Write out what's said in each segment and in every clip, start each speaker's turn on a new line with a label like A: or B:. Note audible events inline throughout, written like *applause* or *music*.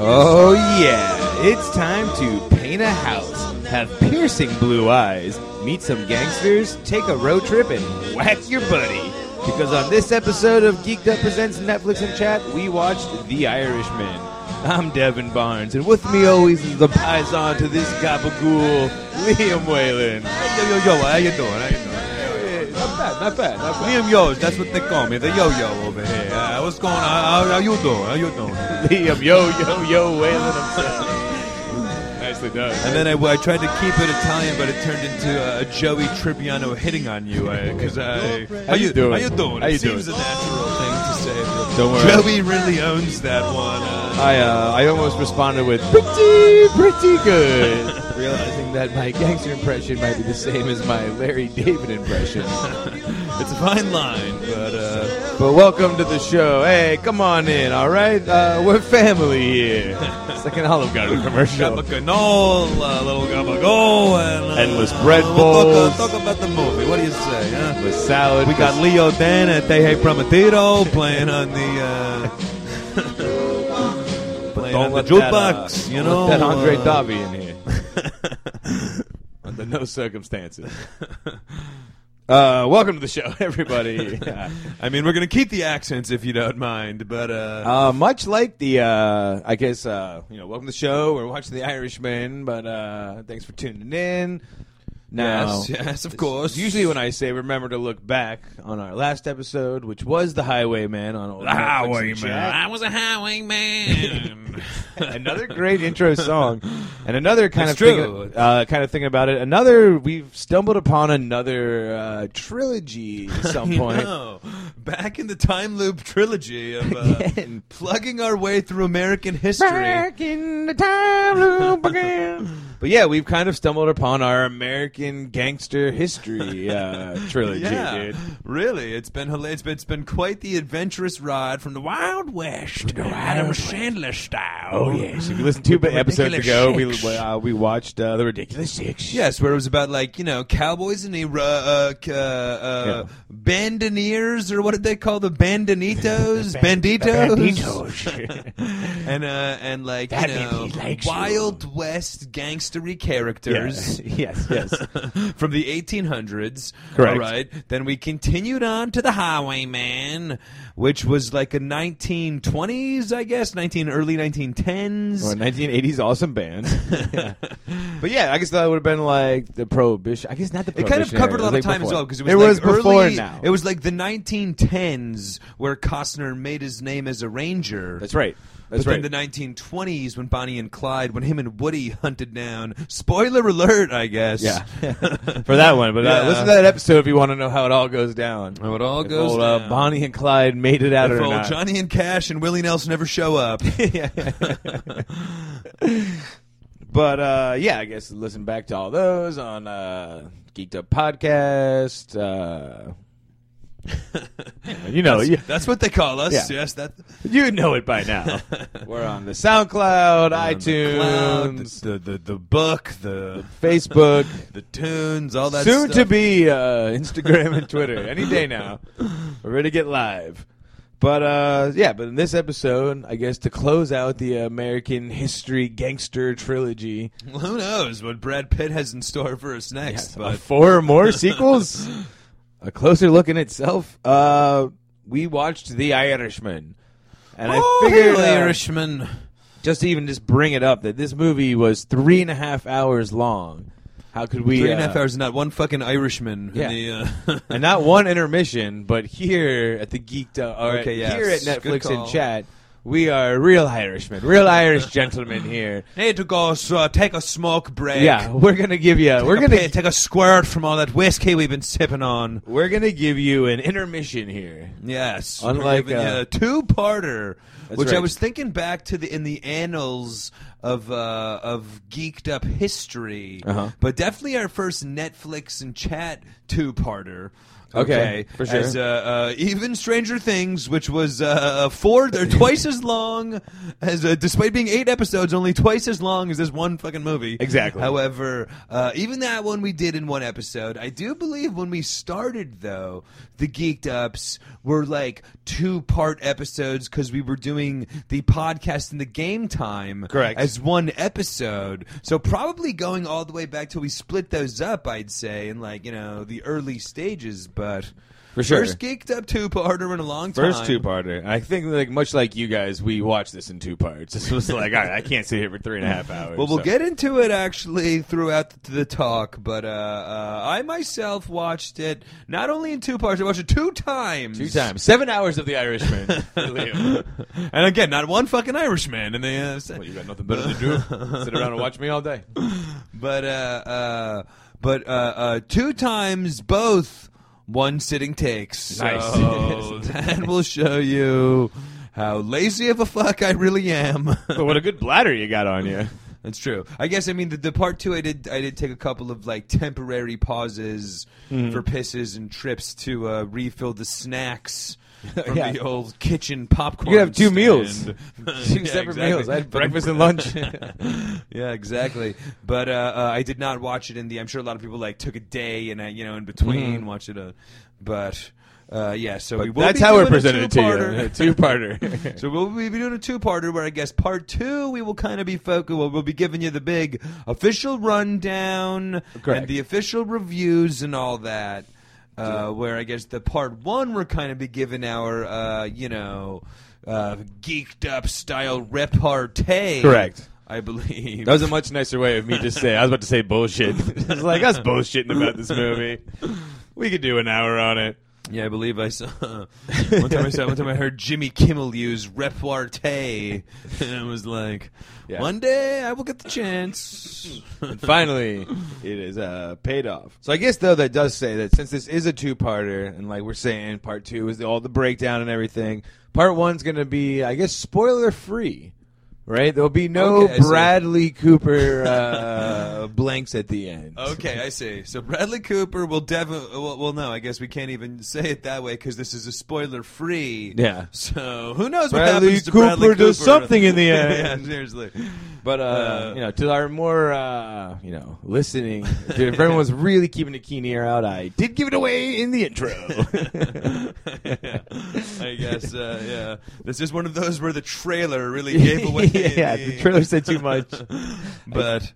A: Oh, yeah. It's time to paint a house, have piercing blue eyes, meet some gangsters, take a road trip, and whack your buddy. Because on this episode of Geeked Up Presents Netflix and Chat, we watched The Irishman. I'm Devin Barnes, and with me always is the paisan to this gabagool, Liam Whalen.
B: Yo, yo, yo, how you doing? How you doing? Not bad, not bad, not bad. Liam Yos, that's what they call me, the yo-yo over here. Uh, what's going on? How, how you doing? How you doing?
A: Liam, yo, yo, yo, Whalen himself. Nicely done.
B: And then I, I tried to keep it Italian, but it turned into uh, a Joey Tribbiano hitting on you. Because I,
A: How you doing?
B: How you doing?
A: How you
B: it seems
A: doing?
B: a natural thing to say. but
A: Don't worry.
B: Joey really owns that one. Uh,
A: I uh, I almost responded with pretty pretty
B: *laughs*
A: good, realizing that my gangster impression might be the same as my Larry David impression.
B: it's a fine line, but uh,
A: But welcome to the show. Hey, come on in. All right, uh, we're family
B: *laughs*
A: here. It's like an Olive Garden commercial.
B: Gabaganola, little gabagol, and uh,
A: Endless bread
B: Talk, uh,
A: bowls.
B: talk about the movie. What do you say? Huh?
A: With salad,
B: We got Leo Dan at Te Hey Prometido playing on the uh, playing
A: Don't
B: on the
A: let
B: jukebox.
A: that, uh,
B: you know,
A: don't let that Andre
B: uh,
A: Dobby in here.
B: *laughs*
A: Under no circumstances. Uh, welcome to the show, *laughs*
B: *laughs*
A: everybody.
B: I mean, we're gonna keep the accents if you don't mind, but uh,
A: Uh, much like the, uh, I guess, uh, you know, welcome to the show. We're watching The Irishman, but uh, thanks for tuning in. Now,
B: yes, yes, of course.
A: Usually, when I say remember to look back on our last episode, which was the Highwayman on old Netflix and Chat.
B: was a highwayman.
A: *laughs*
B: *laughs*
A: another great intro song, and another kind
B: That's
A: of
B: true.
A: thing, uh, kind of thing about it. Another we've stumbled upon another uh, trilogy at
B: *laughs*
A: some point. *laughs*
B: No, back in the time loop trilogy
A: *laughs*
B: of uh,
A: Again.
B: plugging our way through American history.
A: in the time loop again. *laughs* But yeah, we've kind of stumbled upon our American gangster history uh,
B: *laughs*
A: trilogy,
B: yeah,
A: dude.
B: really, it's been hila- it's been, it's been quite the adventurous ride from the Wild West, Adam Sandler style.
A: Oh yes, if you listen to
B: the
A: ba- episodes ago, we
B: Ridiculous Six.
A: uh, we watched uh, the ridiculous six.
B: Yes, where it was about like you know cowboys and era, uh, c- uh, uh,
A: Yeah.
B: bandoneers or what did they call the *laughs* bandanitos, banditos, *laughs* and uh, and like
A: That
B: you
A: means
B: know
A: he likes you.
B: Wild West gangstery
A: yes,
B: characters
A: *laughs* yes, yes.
B: *laughs* from the 1800s.
A: Correct.
B: All right. Then we continued on to the Highwayman, which was like a 1920s, I guess, 19 early 1910s.
A: Or 1980s awesome
B: *laughs*
A: band. But yeah, I guess that would have been like the prohibition. I guess not the
B: It kind
A: prohibition.
B: of covered a lot
A: era,
B: of time as well because it was, like
A: was before
B: early,
A: now.
B: It was like the 1910s where Costner made his name as a ranger.
A: That's right. That's
B: but
A: right.
B: then the 1920s when Bonnie and Clyde, when him and Woody hunted down. Spoiler alert, I guess. *laughs*
A: yeah, *laughs* for that one. But uh,
B: Yeah.
A: listen to that episode if you want to know how it all goes down.
B: How it all
A: If
B: goes
A: old, uh,
B: down.
A: Bonnie and Clyde made it out
B: If
A: or
B: old
A: not.
B: Johnny and Cash and Willie Nelson never show up.
A: Yeah. *laughs* but uh, yeah, I guess listen back to all those on uh, Geeked Up podcast. Uh, *laughs* you know, you,
B: That's what they call
A: Oh,
B: us.
A: Yeah.
B: Yes, that
A: you know it by now. *laughs* We're on the SoundCloud,
B: cloud,
A: iTunes,
B: the, the the book, the
A: Facebook,
B: the tunes, all that.
A: soon to
B: stuff.
A: be uh, Instagram and Twitter any day now. We're ready to get live. But uh, yeah, but in this episode, I guess to close out the American history gangster trilogy,
B: Who knows what Brad Pitt has in store for us next?
A: yes, uh,
B: but
A: four more sequels, a closer look in itself. Uh, we watched The Irishman, and
B: Oh,
A: I figured
B: hey,
A: uh,
B: Irishman.
A: just to even just bring it up that this movie was three and a half hours long. How could we
B: Three and a half
A: uh,
B: hours, not one fucking Irishman.
A: Yeah.
B: In the, uh, *laughs*
A: and not one intermission, but here at the Geeked Up, or
B: Okay,
A: okay,
B: yes.
A: here at
B: Good
A: Netflix
B: call.
A: and Chat, We are real Irishmen, real Irish gentlemen here.
B: Need to go s- uh, take a smoke break.
A: Yeah, we're gonna give you. We're
B: We're gonna
A: gonna.
B: take a squirt from all that whiskey we've been sipping on.
A: We're gonna give you an intermission here.
B: Yes,
A: Unlike,
B: we're giving
A: uh,
B: you a two-parter,
A: That's
B: which I
A: right.
B: was thinking back to the in the annals of uh, of geeked up history,
A: Uh-huh.
B: but definitely our first Netflix and chat two-parter.
A: Okay, for sure.
B: As, uh, uh, even Stranger Things, which was uh,
A: *laughs*
B: four, they're twice as long as, uh, despite being eight episodes, only twice as long as this one fucking movie.
A: Exactly.
B: However, uh, even that one we did in one episode. I do believe when we started, though, the Geeked Ups were like two part episodes because we were doing the podcast and the game time
A: Correct.
B: as one episode. So probably going all the way back till we split those up, I'd say, in like, you know, the early stages. But
A: For sure.
B: first Geeked Up two parter in a long time.
A: First two parter. I think like much like you guys, we watched this in two parts. This was like, all right, I can't sit here for three and a half hours.
B: Well, we'll
A: so-
B: get into it actually throughout th- the talk, but uh, uh, I myself watched it not only in two parts, I watched it two times.
A: two times seven hours of the Irishman. *laughs* for Liam.
B: And again, not one fucking Irishman. And they, uh,
A: well, you got nothing better to do. Sit around and watch me all day.
B: but uh, uh, but uh, uh, two times both one sitting takes.
A: Nice.
B: So *laughs* that will show you how lazy of a fuck I really am. *laughs*
A: But what a good bladder you got on you.
B: That's true. I guess I mean the, the part two. I did I did take a couple of like temporary pauses
A: Mm-hmm.
B: for pisses and trips to uh, refill the snacks
A: *laughs*
B: from
A: Yeah.
B: the old kitchen popcorn.
A: You could have two
B: *laughs*
A: meals, two
B: stand.
A: separate
B: exactly.
A: meals. I had breakfast and lunch. *laughs*
B: *laughs* yeah, exactly. But uh, uh, I did not watch it in the. I'm sure a lot of people like took a day and uh, you know in between watch it. Uh, but uh, yeah, so we
A: Mm-hmm.
B: will
A: That's
B: be
A: how we're
B: doing a
A: presented it to *laughs*
B: two-parter. *laughs*
A: you. Two parter.
B: So we'll be doing a two-parter where I guess part two we will kind of be focused. Well, we'll be giving you the big official rundown
A: Correct.
B: and the official reviews and all that. Uh, where I guess the part one we're kind of be giving our uh, you know uh, geeked up style repartee.
A: Correct.
B: I believe
A: That was a much nicer way of me to say. I was about to say bullshit. *laughs* it's like us bullshitting about this movie. We could do an hour on it.
B: Yeah, I believe I saw. *laughs* one time I saw. One time I heard Jimmy Kimmel use repartee, *laughs* and I was like,
A: Yeah.
B: "One day I will get
A: *laughs*
B: the chance."
A: And finally, it is uh, paid off. So I guess though that does say that since this is a two-parter, and like we're saying, part two is all the breakdown and everything. Part one's gonna be, I guess, spoiler-free, right? There'll be no
B: Okay, I see.
A: Bradley Cooper uh, *laughs* blanks at the end.
B: Okay, I see. So Bradley Cooper will definitely. Well, well, no, I guess we can't even say it that way because this is a spoiler-free.
A: Yeah.
B: So who knows what
A: Bradley
B: happens to Bradley
A: Cooper
B: Cooper?
A: does something in
B: *laughs*
A: the
B: yeah,
A: end.
B: seriously.
A: But uh,
B: Uh,
A: you know, to our more uh, you know listening, if everyone's really keeping a keen ear out, I did give it away in the intro.
B: yeah, *laughs*
A: *laughs*
B: I guess. Uh, yeah, this is one of those where the trailer really
A: *laughs*
B: gave away.
A: yeah,
B: the,
A: the trailer said too much.
B: *laughs* But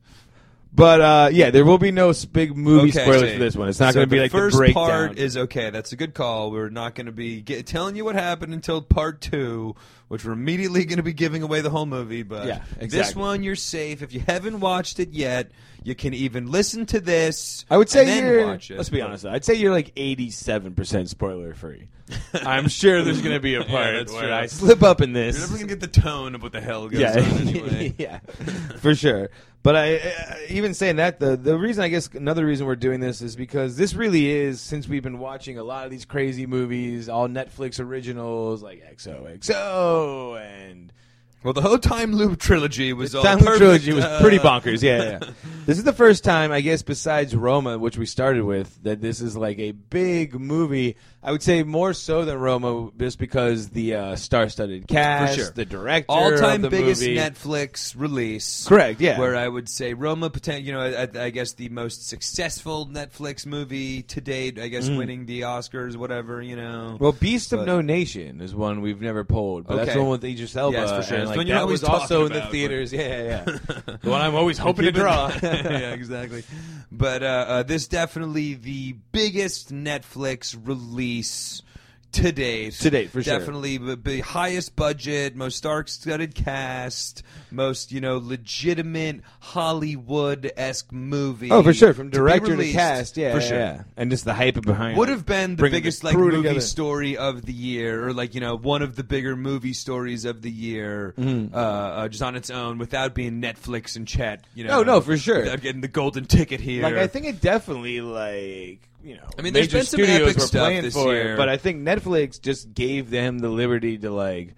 A: But uh, yeah, there will be no s- big movie
B: Okay,
A: spoilers
B: see.
A: for this one. It's not
B: So
A: going to be
B: the
A: like
B: first
A: the breakdown.
B: part is okay. That's a good call. We're not going to be get, telling you what happened until part two, which we're immediately going to be giving away the whole movie. But
A: Yeah,
B: this
A: exactly.
B: one, you're safe. If you haven't watched it yet, you can even listen to this.
A: I would say
B: and then
A: you're.
B: watch it.
A: Let's be
B: *laughs*
A: honest. Though, I'd say you're like 87 percent spoiler free. I'm sure there's going to be a *laughs*
B: Yeah,
A: part
B: that's
A: where
B: true.
A: I slip up in
B: You're
A: this.
B: never going to get the tone of what the hell goes
A: yeah, *laughs*
B: on anyway.
A: yeah, for sure. But I, uh, even saying that, the the reason I guess another reason we're doing this is because this really is since we've been watching a lot of these crazy movies, all Netflix originals like XOXO and
B: Well, the whole time loop trilogy was all
A: Time Loop
B: perfect,
A: trilogy was
B: uh,
A: pretty bonkers. Yeah,
B: *laughs*
A: yeah, yeah. this is the first time I guess besides Roma, which we started with, that this is like a big movie. I would say more so than Roma, just because the uh, star-studded cast,
B: sure.
A: the director,
B: all-time
A: of the
B: biggest
A: movie.
B: Netflix release.
A: Correct, yeah.
B: Where I would say Roma, poten- you know, I, I guess the most successful Netflix movie to date. I
A: Mm.
B: guess winning the Oscars, whatever, you know.
A: Well, Beast of
B: But-
A: No Nation is one we've never pulled, but that's
B: Okay.
A: the one with Idris Elba.
B: Yes, for sure.
A: and,
B: It's
A: like,
B: the one you're
A: that
B: always
A: was also
B: talking
A: in the
B: about, but-
A: theaters. Yeah, yeah. yeah. the one I'm always hoping to draw.
B: *laughs* yeah, exactly. But uh, uh, this definitely the biggest Netflix release to date.
A: To date, for sure.
B: Definitely the- the highest budget, most star studded cast, most, you know, legitimate Hollywood esque movie.
A: Oh, for sure. From
B: to be
A: director to,
B: released,
A: cast, yeah,
B: For
A: yeah,
B: sure.
A: yeah. and just the hype behind.
B: Would
A: it.
B: have been the
A: Bringing
B: biggest
A: the
B: like
A: crew
B: movie
A: together.
B: story of the year, or like you know one of the bigger movie stories of the year,
A: Mm-hmm.
B: uh, uh, just on its own without being Netflix and chat. You know,
A: No, no, for sure.
B: Without getting the golden ticket here.
A: Like I think it definitely like you know.
B: I mean, there's
A: major
B: been some
A: studios
B: epic
A: were
B: stuff
A: playing
B: this
A: for
B: year.
A: it, but I think Netflix just gave them the liberty to like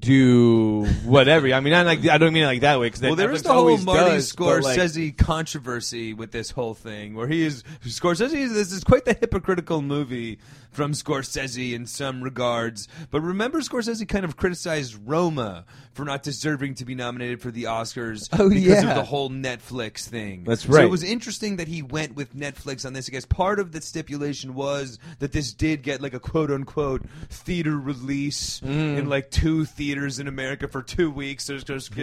A: do whatever. I mean, not like I don't mean it like that way because
B: Well, there is the whole Marty Scorsese controversy with this whole thing, where he is Scorsese. is- This is quite the hypocritical movie from Scorsese in some regards. But remember, Scorsese kind of criticized Roma for not deserving to be nominated for the Oscars
A: Oh,
B: because
A: yeah.
B: of the whole Netflix thing.
A: That's
B: So
A: right.
B: it was interesting that he went with Netflix on this. I guess part of the stipulation was that this did get like a quote unquote theater release
A: Mm.
B: in like two theaters in America for two weeks. So, so, so,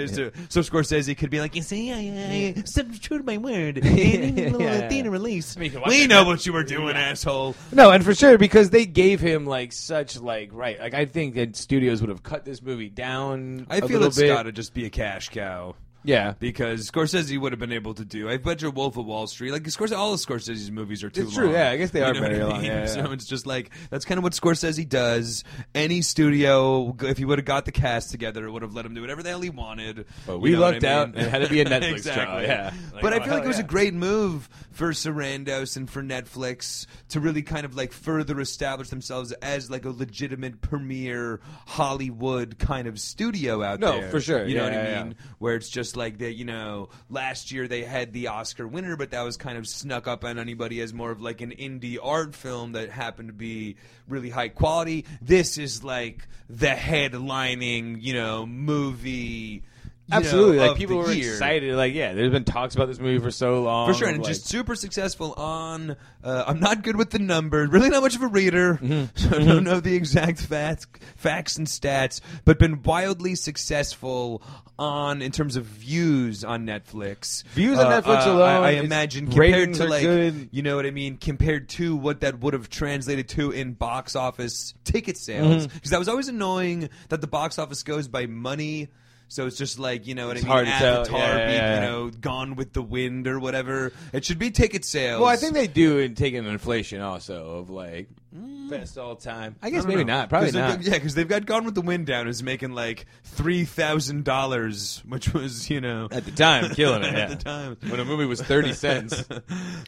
B: so Scorsese could be like, you see, I, I stood true to
A: *laughs*
B: my word. And in the
A: Yeah.
B: theater release.
C: you can watch
B: we
C: it
B: know
C: now.
B: what you were doing, asshole.
A: No, and for sure because they gave him like such like right. Like I think that studios would have cut this movie down.
B: I
A: a
B: feel
A: little
B: it's
A: bit.
B: got to just be a cash cow.
A: Yeah.
B: Because Scorsese would have been able to do. I bet you Wolf of Wall Street, like Scorsese, all of Scorsese's movies are too
A: It's true,
B: long.
A: yeah, I guess they
B: You
A: are
B: know what
A: very
B: I
A: long,
B: mean?
A: yeah,
B: So
A: yeah.
B: it's just like that's kind of what Scorsese does. Any studio, if he would have got the cast together, it would have let him do whatever the hell he wanted.
A: But
B: You
A: we
B: know what
A: lucked
B: I
A: out
B: mean?
A: and it had to be
B: *laughs*
A: a Netflix
B: exactly.
A: job, yeah.
B: but
A: Like,
B: I
A: oh,
B: feel
A: hell
B: like it was a
A: yeah.
B: great move for Sarandos and for Netflix to really kind of like further establish themselves as like a legitimate premier Hollywood kind of studio out
A: No,
B: there.
A: for sure.
B: You know
A: Yeah,
B: what I
A: yeah,
B: mean?
A: yeah.
B: where it's just like that you know last year they had the oscar winner but that was kind of snuck up on anybody as more of like an indie art film that happened to be really high quality this is like the headlining you know movie you know,
A: Absolutely,
B: of
A: like people
B: the
A: were
B: year.
A: excited. Like, yeah, there's been talks about this movie for so long.
B: For sure, and
A: like,
B: just super successful on. Uh, I'm not good with the numbers. Really, not much of a reader,
A: Mm-hmm.
B: *laughs* so I don't know the exact facts, facts and stats. But been wildly successful on in terms of views on Netflix. Uh,
A: Views on Netflix
B: I-
A: alone,
B: I,
A: it's-
B: imagine compared
A: ratings
B: to
A: are
B: like
A: good.
B: you know what I mean. Compared to what that would have translated to in box office ticket sales,
A: Mm-hmm.
B: because that was always annoying that the box office goes by money. So it's just like you know what
A: It's
B: I mean.
A: hard to tell.
B: Avatar
A: Yeah, yeah,
B: beat,
A: yeah.
B: you know know, Gone with the Wind or whatever. It should be ticket sales.
A: Well, I think they do in taking inflation also of like
B: Mm.
A: best all time. I guess
B: don't
A: maybe
B: know.
A: not. Probably
B: 'Cause they've
A: not.
B: got- yeah, because they've got Gone with the Wind down is making like three thousand dollars, which was you know
A: At the time, killing it.
B: *laughs* at
A: yeah.
B: the time.
A: when a movie was
B: *laughs*
A: thirty cents.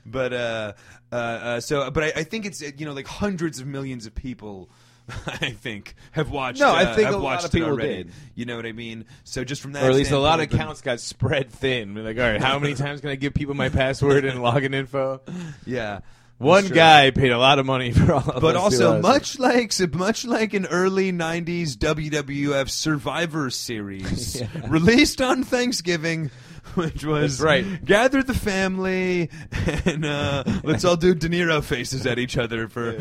B: but uh, uh, uh, so, but I, I think it's uh, you know like hundreds of millions of people. *laughs* I think have watched.
A: No, I
B: uh,
A: think
B: have
A: a lot
B: watched
A: of people
B: it already.
A: did.
B: You know what I mean? So just from that,
A: or at least a lot of
B: standpoint, but-
A: accounts got spread thin. We're like, all right, how many times can I give people my password and login info?
B: Yeah,
A: One
B: That's true.
A: guy paid a lot of money *laughs* for all of us
B: but
A: to
B: also
A: us.
B: much like much like an early '90s WWF Survivor
A: *laughs*
B: Series released on Thanksgiving, which was
A: That's right.
B: Gather the family and uh, let's all do De Niro faces at each other for.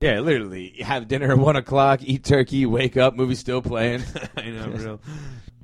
A: Yeah, literally. Have dinner at one o'clock, eat turkey, wake up, movie still playing.
B: *laughs* I know, real.
A: *laughs*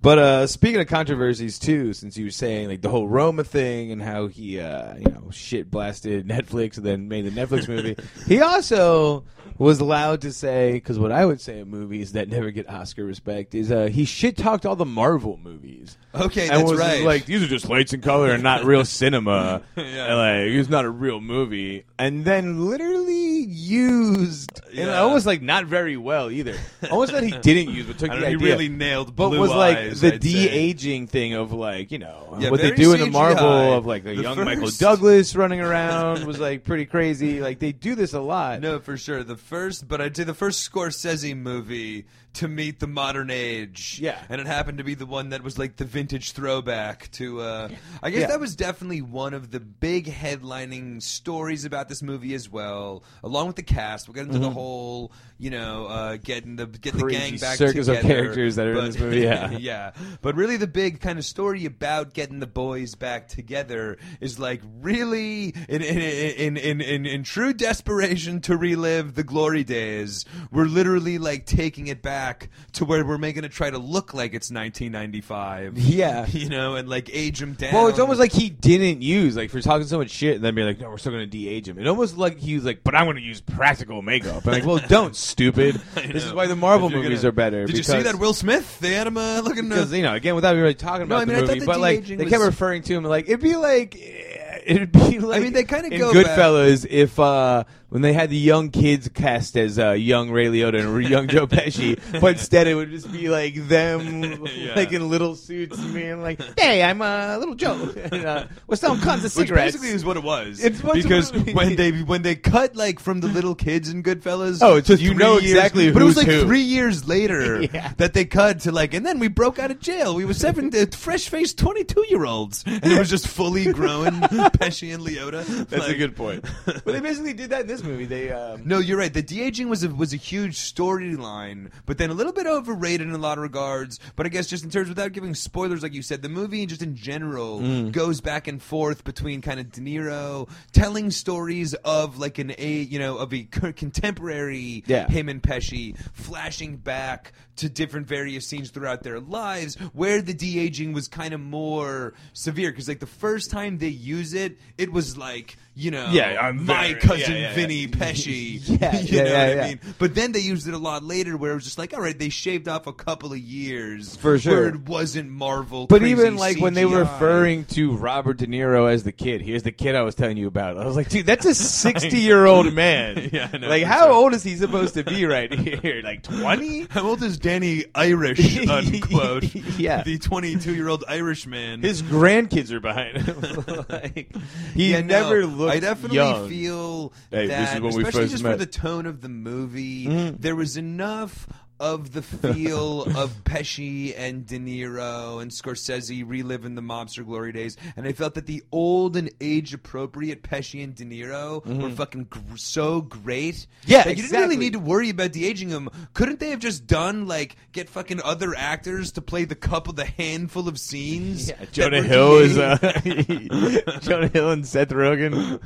A: But uh, speaking of controversies too, since you were saying like the whole Roma thing and how he uh, you know shit blasted Netflix and then made the *laughs* Netflix movie, he also was allowed to say because what I would say of movies that never get Oscar respect is uh, he shit talked all the Marvel movies.
B: Okay,
A: and
B: that's
A: was just
B: right.
A: like these are just lights and color and not real
B: *laughs*
A: cinema.
B: Yeah.
A: And, like it's not a real movie. And then literally used and
B: Yeah.
A: almost like not very well either. Almost that he didn't use, but took
B: *laughs* I
A: the
B: don't know, he
A: idea
B: really nailed.
A: but
B: Blue
A: was like
B: Eyes,
A: the
B: I'd
A: de
B: say.
A: aging thing of like you know
B: Yeah,
A: what they
B: very
A: do in the
B: CGI.
A: Marvel of like a
B: The
A: young Michael
B: first-
A: Douglas running around was like pretty crazy. Like they do this a lot.
B: No, for sure. The first, but I'd say the first Scorsese movie to meet the modern age.
A: Yeah.
B: And it happened to be the one that was like the vintage throwback to, uh, I guess
A: Yeah.
B: that was definitely one of the big headlining stories about this movie as well, along with the cast. We'll get into the whole, you know, uh, getting the, getting the
A: Mm-hmm. Crazy
B: gang back
A: circus of
B: together,
A: characters that are in
B: but- *laughs*
A: this movie, yeah.
B: yeah. But really, the big kind of story about getting the boys back together is like really in in in in, in, in true desperation to relive the glory days. We're literally like taking it back to where we're making it try to look like it's 1995.
A: *laughs* Yeah.
B: You know, and like age them down.
A: Well, it's almost like he didn't use like for talking so much shit, and then be like, "No, we're still gonna de-age him." It almost like he was like, "But I'm gonna use practical makeup." I'm like, "Well, don't, *laughs*
B: *laughs*
A: stupid. This is why the Marvel
B: If you're
A: movies
B: gonna-
A: are better."
B: Did
A: because,
B: you see that Will Smith? They had him uh, looking. Uh,
A: Because you know, again, without really talking
B: No,
A: about
B: I mean, I
A: the
B: thought
A: movie,
B: the
A: but like
B: de-aging
A: they kept
B: was-
A: referring to him like it'd be like *laughs* eh, it'd be like
B: mean, they kinda
A: in
B: go back-
A: Goodfellas if uh when they had the young kids cast as uh, young Ray Liotta and *laughs* young Joe Pesci, but instead it would just be like them
B: *laughs*
A: *laughs*
B: Yeah.
A: like in little suits, man, like hey, I'm a uh, little Joe, *laughs* and, uh, we're selling cons of
B: Which
A: cigarettes.
B: basically is what it was.
A: It's what-
B: because
A: what it
B: when
A: is.
B: they when they cut like from the little kids in Goodfellas.
A: Oh, it's just
B: you
A: three
B: know
A: years-
B: exactly. But it was
A: who's
B: like
A: who.
B: three years *laughs* later
A: Yeah.
B: that they cut to like, and then we broke out of jail. We were seven *laughs* fresh faced twenty two year olds, and it was just fully grown *laughs* Pesci and Leota.
A: That's
B: Like-
A: a good
B: *laughs*
A: point. but they basically did that in this movie. They um,
B: No, you're right. The de aging was a, was a huge storyline, but then a little bit overrated in a lot of regards. But I guess just in terms, without giving spoilers, like you said, the movie just in general
A: Mm.
B: goes back and forth between kind of De Niro telling stories of like an a you know of a co- contemporary
A: Yeah.
B: him and Pesci flashing back to different various scenes throughout their lives where the de aging was kind of more severe because like the first time they use it, it was like you know
A: Yeah, I'm
B: my
A: very-
B: cousin
A: yeah, yeah, yeah. *laughs*
B: Vinny Pesci.
A: Yeah,
B: *laughs* you
A: yeah,
B: know
A: yeah,
B: what
A: yeah.
B: I mean. But then they used it a lot later, where it was just like, all right, they shaved off a couple of years
A: For sure.
B: Where it wasn't Marvel,
A: But
B: crazy
A: even like when they were
B: CGI.
A: referring to Robert De Niro as the kid, here's the kid I was telling you about. I was like, dude,
B: *laughs*
A: that's a 60 year old man.
B: Yeah, I know,
A: like,
B: for
A: how
B: sure.
A: old is he supposed to be right *laughs* here? Like 20?
B: How old is Danny
A: *laughs*
B: Irish? Unquote.
A: Yeah.
B: the twenty-two-year-old Irishman.
A: His grandkids are behind
B: *laughs*
A: him. like, he
B: Yeah, no,
A: never looked
B: I definitely
A: young.
B: feel
A: Hey, this
B: that,
A: is when we
B: especially
A: first
B: just for
A: met.
B: the tone of the movie,
A: Mm-hmm.
B: there was enough of
A: *laughs*
B: the feel of Pesci and De Niro and Scorsese reliving the mobster glory days, and I felt that the old and age appropriate Pesci and De Niro were fucking gr- so great.
A: Mm-hmm. Yeah,
B: that you didn't really
A: exactly.
B: need to worry about de aging them. Couldn't they have just done like get fucking other actors to play the couple, the handful of scenes?
A: *laughs* Yeah,
B: that
A: Jonah
B: were
A: Hill is
B: de-aged?
A: uh, *laughs*
B: *laughs*
A: Jonah Hill and Seth Rogen,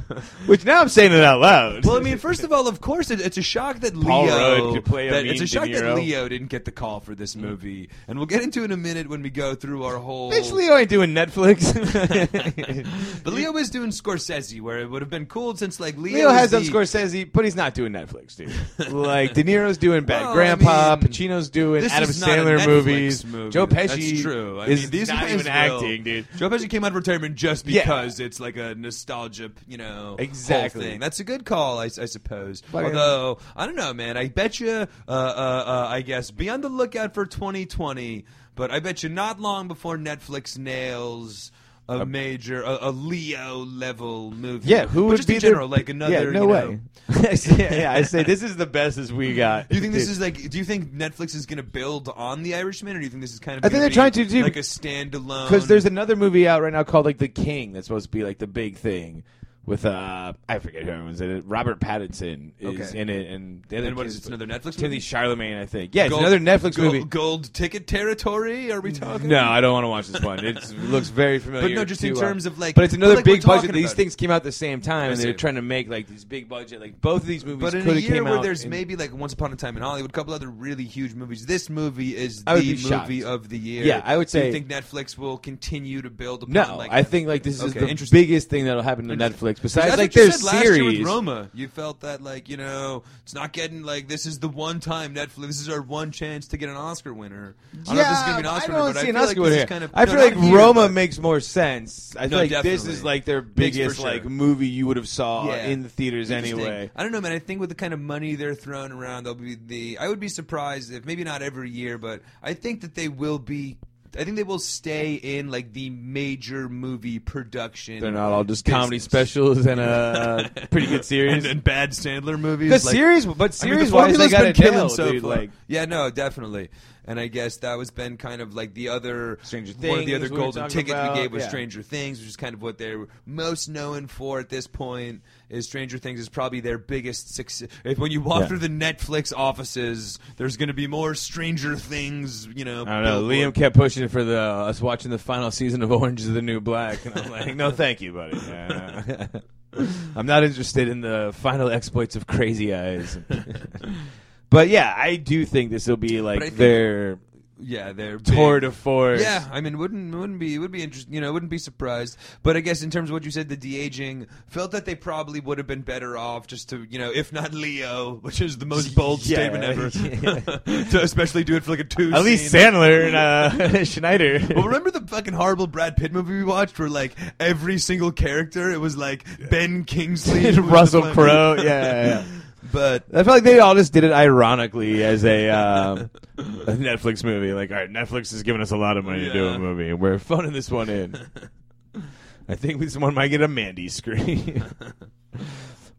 A: which now I'm saying it out loud.
B: Well, I mean, first of all, of course, it, it's a shock that
A: Paul
B: Leo.
A: Rudd could play a
B: that,
A: mean
B: it's a shock
A: De
B: that
A: Niro.
B: Leo didn't get the call for this movie, and we'll get into it in a minute when we go through our
A: *laughs*
B: whole.
A: bitch, Leo ain't doing
B: *laughs*
A: *laughs* Netflix.
B: but Leo is doing Scorsese, where it would have been cool since like Leo,
A: Leo
B: is
A: has done
B: the-
A: Scorsese, but he's not doing Netflix,
B: *laughs*
A: dude. like De Niro's doing Bad
B: Well, I
A: Grandpa,
B: mean,
A: Pacino's doing
B: This
A: Adam
B: is not a
A: Sandler
B: Netflix
A: movies.
B: movie.
A: Joe Pesci
B: That's true. I
A: is
B: mean, these
A: not
B: guys
A: even
B: will-
A: acting, dude.
B: Joe Pesci came out of retirement just
A: Yeah.
B: because it's like a nostalgia, you know,
A: Exactly.
B: whole thing. That's a good call, I, s- I suppose.
A: Fucking-
B: Although I don't know, man. I bet you. Uh, uh, uh, I guess be on the lookout for 2020, but I bet you not long before Netflix nails. A, major, a, a Leo level movie.
A: Yeah, who
B: But
A: would
B: just
A: be
B: in
A: the-
B: general, like another?
A: Yeah, no
B: you
A: way. *laughs*
B: *laughs* know-
A: yeah, yeah, I say this is the best as we got.
B: do you think this is like? Do you think Netflix is going to build on The Irishman, or do you think this is kind of?
A: I think
B: gonna
A: they're
B: be
A: trying to do-
B: like a standalone.
A: because there's another movie out right now called like The King that's supposed to be like the big thing. With uh, I forget who everyone's in it. Robert Pattinson is
B: Okay.
A: in it, and the other
B: And what
A: kid's-
B: is it, another Netflix
A: Timothy
B: movie?
A: Charlemagne, I think. Yeah,
B: Gold-
A: it's another Netflix
B: gold,
A: movie.
B: Gold ticket territory? Are we talking?
A: No, I don't want to watch this one. It's, it looks very familiar.
B: But no, just in
A: to, uh,
B: terms of, like-
A: But it's
B: but,
A: another
B: like, we're
A: big budget.
B: talking
A: These
B: about
A: things came out at the same time, and
B: I
A: they're
B: see.
A: trying to make like these big budget. Like both of these movies
B: But
A: could
B: in a
A: have
B: year
A: came
B: where
A: out.
B: there's
A: in-
B: maybe like Once Upon a Time in Hollywood, a couple other really huge movies, this movie is
A: I
B: the
A: would
B: movie
A: be shocked.
B: of the year.
A: Yeah, I would
B: Do you
A: say-
B: think Netflix will continue to build upon?
A: no,
B: like,
A: I think like this is
B: Okay,
A: the
B: interesting.
A: biggest thing that'll happen to
B: Interesting.
A: Netflix.
B: Because
A: Besides,
B: that's
A: like
B: what you
A: their
B: said last year with
A: series.
B: Roma. You felt that like you know it's not getting like this is the one time Netflix. This is our one chance to get an Oscar winner. I don't know if this is gonna be an
A: but
B: Oscar
A: I don't
B: winner, but
A: see
B: I
A: an
B: feel like
A: Oscar
B: this
A: winner.
B: is kind of-
A: I
B: no,
A: feel
B: not
A: like
B: here,
A: Roma
B: but-
A: makes more sense. I feel
B: No,
A: like this is
B: definitely.
A: like their
B: Big for
A: biggest
B: sure.
A: like movie you would have saw
B: Yeah.
A: in the theaters
B: Interesting.
A: anyway.
B: I don't know, man. I think with the kind of money they're throwing around, they'll be the. I would be surprised if maybe not every year, but I think that they will be. I think they will stay in like the major movie production.
A: They're not all just
B: business.
A: comedy specials and a pretty
B: *laughs*
A: good series.
B: and, and bad Sandler movies.
A: Because
B: like-
A: series, but
B: I mean, the
A: series wise, they
B: formula's
A: got
B: been
A: it
B: killing
A: nailed,
B: so
A: dude.
B: far.
A: Like,
B: yeah, no, definitely. and I guess that was been kind of like the other
A: Stranger
B: one of the
A: Things
B: other
A: we were
B: golden
A: talking
B: tickets
A: about,
B: we gave was
A: yeah.
B: Stranger Things, which is kind of what they're most known for at this point. Is Stranger Things is probably their biggest success. If when you walk
A: Yeah.
B: through the Netflix offices, there's going to be more Stranger Things. You know,
A: I don't know. Liam
B: billboard-
A: kept pushing for the uh, us watching the final season of Orange is the New Black, and I'm like, no, thank you, buddy.
B: *laughs*
A: Yeah. I'm not interested in the final exploits of Crazy
B: *laughs*
A: Eyes. but yeah, I do think this will be
B: But I
A: like
B: think-
A: their
B: Yeah, they're
A: tour
B: big.
A: de force.
B: Yeah, I mean, wouldn't wouldn't be would be interesting. You know, wouldn't be surprised. But I guess in terms of what you said, the de aging felt that they probably would have been better off just to you know, if not Leo, *laughs* which is the most bold
A: Yeah, *laughs*
B: statement ever, *laughs* to especially do it for like a two.
A: At least
B: scene.
A: Sandler and uh, *laughs* Schneider.
B: Well, remember the fucking horrible Brad Pitt movie we watched, where like every single character, it was like Ben Kingsley, who was
A: *laughs*
B: the
A: Russell
B: fucking-
A: Crowe. Yeah, yeah, yeah.
B: *laughs* but
A: I feel like they all just did it ironically as a, um, a Netflix movie. Like, all right, Netflix is giving us a lot of money to do
B: Yeah.
A: a movie, and we're phoning this one in. I think this one might get a Mandy
B: *laughs*
A: screen.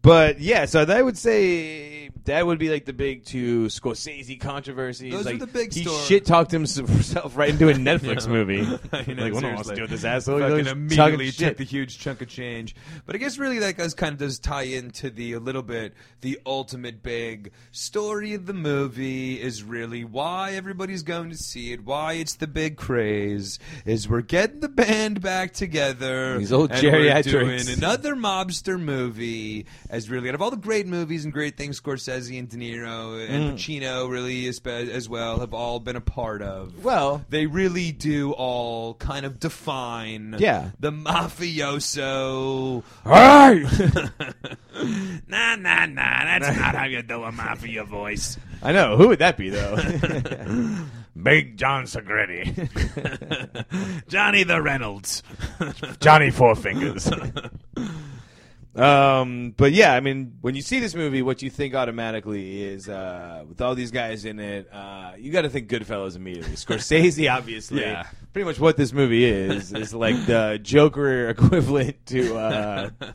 A: but yeah, so I would say that would be like the big two Scorsese controversies.
B: Those are
A: like,
B: the big
A: he
B: stories.
A: shit talked himself right into a
B: *laughs*
A: Netflix movie.
B: I know,
A: like, what wants to
B: seriously.
A: do with this asshole? He's
B: fucking
A: talking
B: immediately
A: shit.
B: took the huge chunk of change. But I guess really that does kind of does tie into the a little bit the ultimate big story of the movie is really why everybody's going to see it, why it's the big craze is we're getting the band back together.
A: These old
B: and
A: geriatrics.
B: We're doing another mobster movie as really out of all the great movies and great things Scorsese and De Niro
A: Mm.
B: and Pacino really as, as well have all been a part of *laughs*
A: Well,
B: they really do all kind of define
A: Yeah.
B: the
A: all
B: mafioso. *laughs*
A: right.
B: nah, nah, nah. That's not how you do a mafia voice.
A: I know. Who would that be,
B: *laughs*
A: though? Big John Segretti.
B: Johnny the Reynolds.
A: Johnny Four
B: *laughs*
A: Fingers. um, but yeah, I mean, when you see this movie, what you think automatically is uh, with all these guys in it, uh, you got to think Goodfellas immediately. Scorsese,
B: *laughs*
A: obviously.
B: Yeah.
A: Pretty much what this movie is is like the Joker *laughs* equivalent to.
B: *laughs*
A: Uh,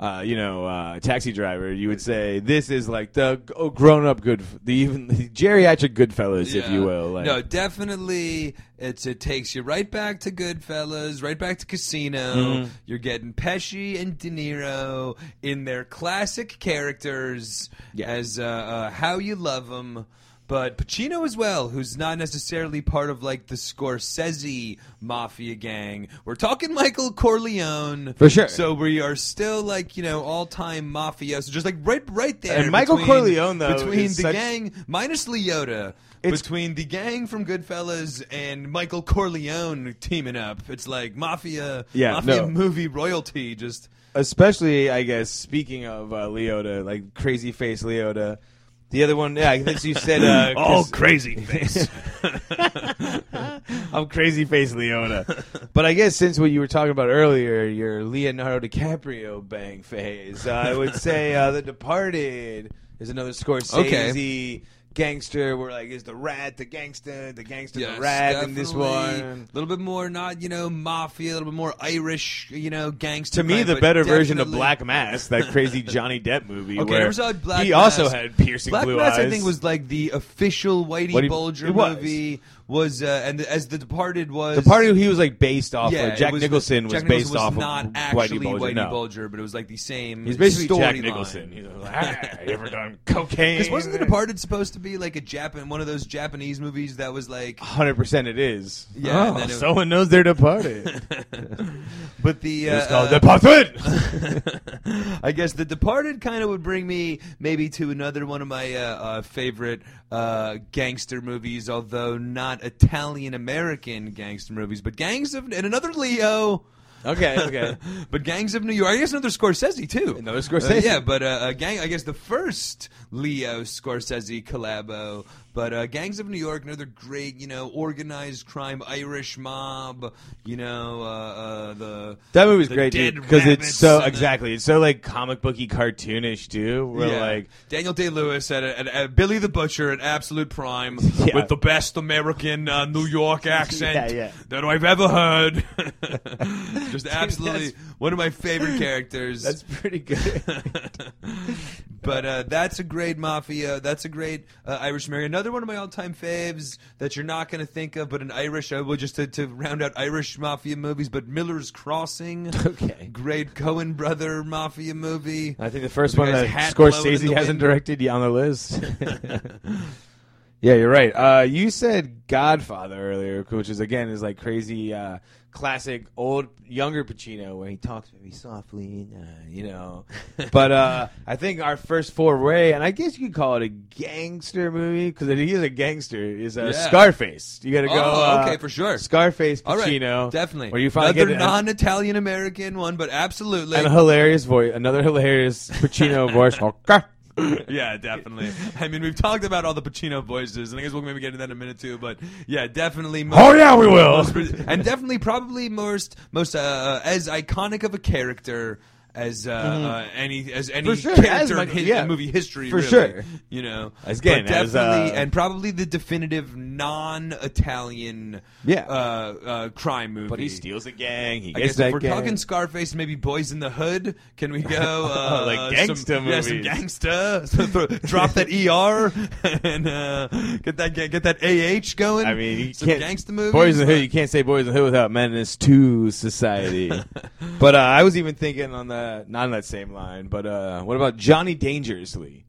A: Uh, you know, uh, taxi driver. You would say this is like the g- oh, grown-up good, the even the geriatric Goodfellas, if you will. Like,
B: no, definitely. It's it takes you right back to Goodfellas, right back to Casino.
A: Mm-hmm.
B: You're getting Pesci and De Niro in their classic characters
A: Yeah.
B: as uh, uh, how you love them. But Pacino as well, who's not necessarily part of like the Scorsese mafia gang. We're talking Michael Corleone
A: For sure.
B: So we are still like you know all time mafia. So just like right right there.
A: And Michael
B: between-
A: Corleone, though,
B: between
A: is
B: the
A: such-
B: gang gang minus Leota
A: It's-
B: between the gang from Goodfellas and Michael Corleone teaming up. It's like mafia,
A: Yeah,
B: mafia
A: no.
B: movie royalty. Just
A: especially I guess speaking of uh, Leota, like crazy face Leota. The other one, yeah, I think you said
B: *laughs*
A: uh,
B: Oh,
A: Chris-
B: crazy face.
A: *laughs* I'm crazy face Leota. but I guess since what you were talking about earlier, your Leonardo DiCaprio bang phase, uh, I would say uh, The Departed is another Scorsese gangster where like is the rat the gangster, the gangster the rat in this one.
B: a little bit more not you know mafia, a little bit more Irish, you know gangster.
A: To me,
B: crime,
A: the
B: but
A: better version of
B: definitely-
A: Black Mass, that crazy Johnny Depp movie,
B: Okay, I
A: where
B: never saw Black
A: he also
B: Mask.
A: had piercing
B: Black
A: blue
B: Mass,
A: eyes.
B: I think, was like the official Whitey
A: Whitey-
B: Bulger
A: it was.
B: movie. Was uh, and as the Departed was
A: The party he was like based off
B: Yeah,
A: of. Jack
B: it was-
A: Nicholson was
B: Jack
A: based
B: Nicholson was
A: off
B: not
A: of
B: actually
A: Whitey Bulger. no.
B: Bulger, but it was like the same.
A: He's basically Jack
B: storyline.
A: Nicholson. He's like, ah, you ever
B: *laughs*
A: done cocaine?
B: Because wasn't The Departed supposed to be like a Japan, one of those Japanese movies that was
A: *laughs*
B: like, *laughs*
A: Hundred percent, it is.
B: Yeah, and
A: Oh,
B: then it-
A: someone knows they're
B: *laughs*
A: departed.
B: but the
A: it's
B: uh,
A: called departed.
B: *laughs* I guess The Departed kind of would bring me maybe to another one of my uh, uh, favorite uh, gangster movies, although not Italian American gangster movies, but Gangs of and another Leo.
A: okay, okay.
B: *laughs* but Gangs of New York. I guess another Scorsese too.
A: Another Scorsese.
B: Uh, yeah, but uh, uh, gang. I guess the first Leo Scorsese collabo. But uh, Gangs of New York, another great, you know, organized crime Irish mob. You know, uh, uh, the
A: That movie's
B: The
A: great
B: dead
A: because it's
B: rabbits
A: so
B: and the-
A: exactly. It's so like comic booky cartoonish too. Where
B: Yeah.
A: like
B: Daniel Day Lewis at, at, at Billy the Butcher at absolute prime
A: *laughs* Yeah.
B: with the best American uh, New York
A: *laughs*
B: accent
A: Yeah, yeah.
B: that I've
A: *laughs*
B: ever heard. *laughs*
A: *laughs*
B: Just absolutely one of my favorite characters. *laughs*
A: that's pretty good.
B: But uh, that's a great mafia. That's a great uh, Irish Mary. Another one of my all-time faves that you're not going to think of, but an Irish. I will just to, to round out Irish mafia movies. But Miller's Crossing,
A: *laughs* Okay.
B: great Cohen brother mafia movie.
A: I think the first
B: The
A: one
B: guy's
A: that
B: hat blowing in
A: Scorsese
B: the
A: hasn't
B: wind.
A: directed yeah, on the
B: *laughs*
A: list. *laughs* yeah, you're right. Uh, you said Godfather earlier, which is again is like crazy uh, classic old younger Pacino where he talks very softly, and, uh, you
B: *laughs*
A: know. but uh, I think our first foray, and I guess you could call it a gangster movie because he is a gangster. Is uh,
B: Yeah.
A: Scarface? You got to go.
B: Oh,
A: uh,
B: okay, for sure.
A: Scarface
B: All right,
A: Pacino,
B: definitely.
A: Where you finally
B: another
A: get an-
B: non-Italian American one, but absolutely.
A: and a hilarious voice, another *laughs* hilarious Pacino voice. Okay.
B: yeah, definitely. I mean, we've talked about all the Pacino voices, and I guess we'll maybe get into that in a minute too. But yeah, definitely.
A: *laughs*
B: Most,
A: Oh, yeah, we will.
B: most pre- and definitely, probably most most uh, as iconic of a character as uh, uh, any as any
A: Mm-hmm. For sure, as
B: character
A: my-
B: in his,
A: yeah.
B: movie history.
A: For
B: really,
A: sure.
B: you know.
A: As again,
B: But
A: as,
B: definitely,
A: uh,
B: and probably the definitive non-Italian
A: Yeah.
B: uh, uh, crime movie.
A: But he steals a gang. He
B: I
A: gets
B: guess if
A: that
B: we're
A: gang.
B: talking Scarface, maybe Boys in the Hood. Can
A: *laughs*
B: we go uh,
A: Oh, Like
B: uh,
A: gangsta
B: some, Yeah, some
A: movies.
B: gangsta. So throw- drop that ER *laughs* and uh, get that get, get that AH going.
A: I mean, you
B: some
A: can't
B: gangsta movies.
A: Boys in the Hood. You can't say Boys in the Hood without Menace to
B: *laughs*
A: Society. but uh, I was even thinking on the not on that same line. But uh, what about Johnny Dangerously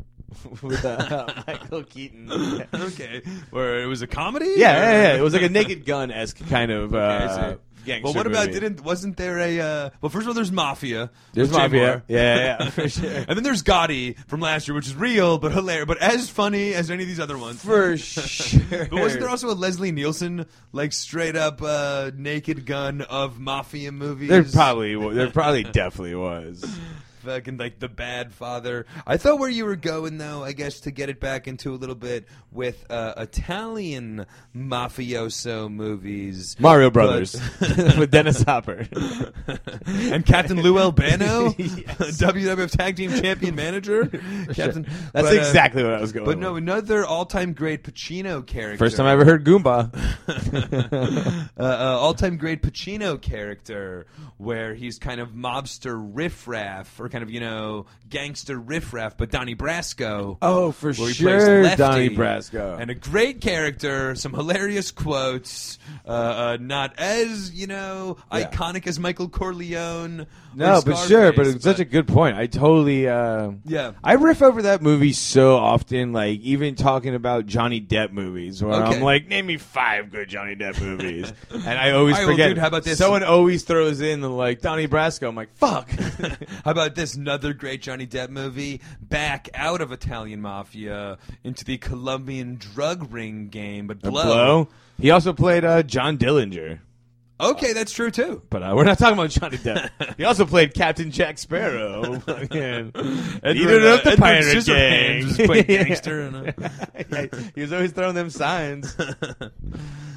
A: *laughs* with
B: *laughs*
A: uh, Michael Keaton? yeah, *laughs*
B: okay, where it was a comedy.
A: yeah,
B: Or-
A: yeah. It was *laughs* like a Naked Gun esque kind of. Uh,
B: Okay, I see.
A: Gangster
B: well, what about
A: movie.
B: didn't wasn't there a uh, well? First of all, there's Mafia.
A: There's
B: with Jay
A: mafia.
B: Moore. *laughs*
A: Yeah, yeah, yeah, for sure.
B: And then there's Gotti from last year, which is real but hilarious, but as funny as any of these other ones. *laughs*
A: For sure.
B: But wasn't there also a Leslie Nielsen, like straight up uh, naked gun of mafia movies?
A: There probably wa- there probably definitely was.
B: fucking like the bad father. I thought where you were going though. I guess to get it back into a little bit with uh, Italian mafioso movies,
A: *laughs* Mario
B: But-
A: Brothers *laughs* with Dennis Hopper.
B: *laughs* and Captain
A: *laughs*
B: Lou Albano, *laughs*
A: Yes.
B: WWF Tag Team Champion Manager.
A: *laughs*
B: Captain,
A: That's
B: but, uh,
A: exactly what I was going.
B: But
A: with.
B: no, another all-time great Pacino character.
A: First time I ever heard Goomba.
B: *laughs* uh, uh, all-time great Pacino character, where he's kind of mobster riffraff, or kind of you know gangster riffraff, but Donnie Brasco.
A: oh, for
B: Where he
A: sure,
B: plays Lefty,
A: Donnie Brasco.
B: and a great character, some hilarious quotes. Uh, uh, not as you know
A: Yeah.
B: iconic as Michael Corleone. or
A: no, but sure, but
B: Scarface,
A: it's such a good point. I totally. Uh,
B: yeah.
A: I riff over that movie so often, like even talking about Johnny Depp movies, where
B: Okay.
A: I'm like, name me five good Johnny Depp movies, and I always
B: *laughs* All right, well,
A: forget.
B: dude, how about this?
A: Someone always throws in the like Donnie Brasco. I'm like,
B: *laughs*
A: fuck. *laughs*
B: How about this another great Johnny Depp movie? Back out of Italian mafia into the Colombian drug ring game, but blow.
A: Blow. He also played uh, John Dillinger.
B: Okay, that's true too.
A: But uh, we're not talking about Johnny Depp.
B: *laughs*
A: he also played Captain Jack Sparrow. *laughs* Fucking leader
B: uh,
A: of the
B: Edward
A: pirate
B: Scissorhands
A: gang.
B: was
A: *laughs*
B: playing
A: Yeah.
B: gangster uh, in a-
A: *laughs* Yeah, he was always throwing them
B: *laughs*
A: signs,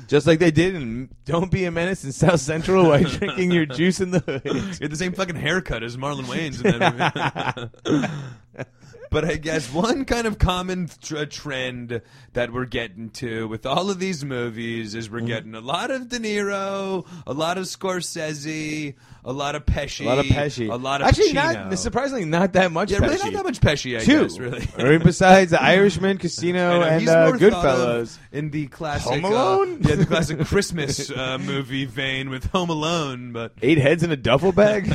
A: just like they did in "Don't Be a Menace" in South Central while drinking your juice in the
B: *laughs*
A: hood.
B: He had the same fucking haircut as Marlon Wayans in that movie. *laughs* but I guess one kind of common tr- uh, trend that we're getting to with all of these movies is we're
A: Mm-hmm.
B: getting a lot of De Niro, a lot of Scorsese, a lot of Pesci,
A: A lot of Pesci.
B: a lot of
A: actually
B: Pacino.
A: not surprisingly not that much.
B: Yeah,
A: Pesci.
B: really not that much Pesci, I
A: Two,
B: guess, really.
A: I mean, besides The
B: *laughs*
A: Irishman,
B: I
A: Casino,
B: know,
A: and
B: he's
A: uh,
B: more thought of
A: Goodfellas.
B: in the classic
A: Home
B: uh,
A: Alone?
B: yeah, the classic
A: *laughs*
B: Christmas uh, movie vein with Home Alone, but
A: Eight heads in a duffel bag.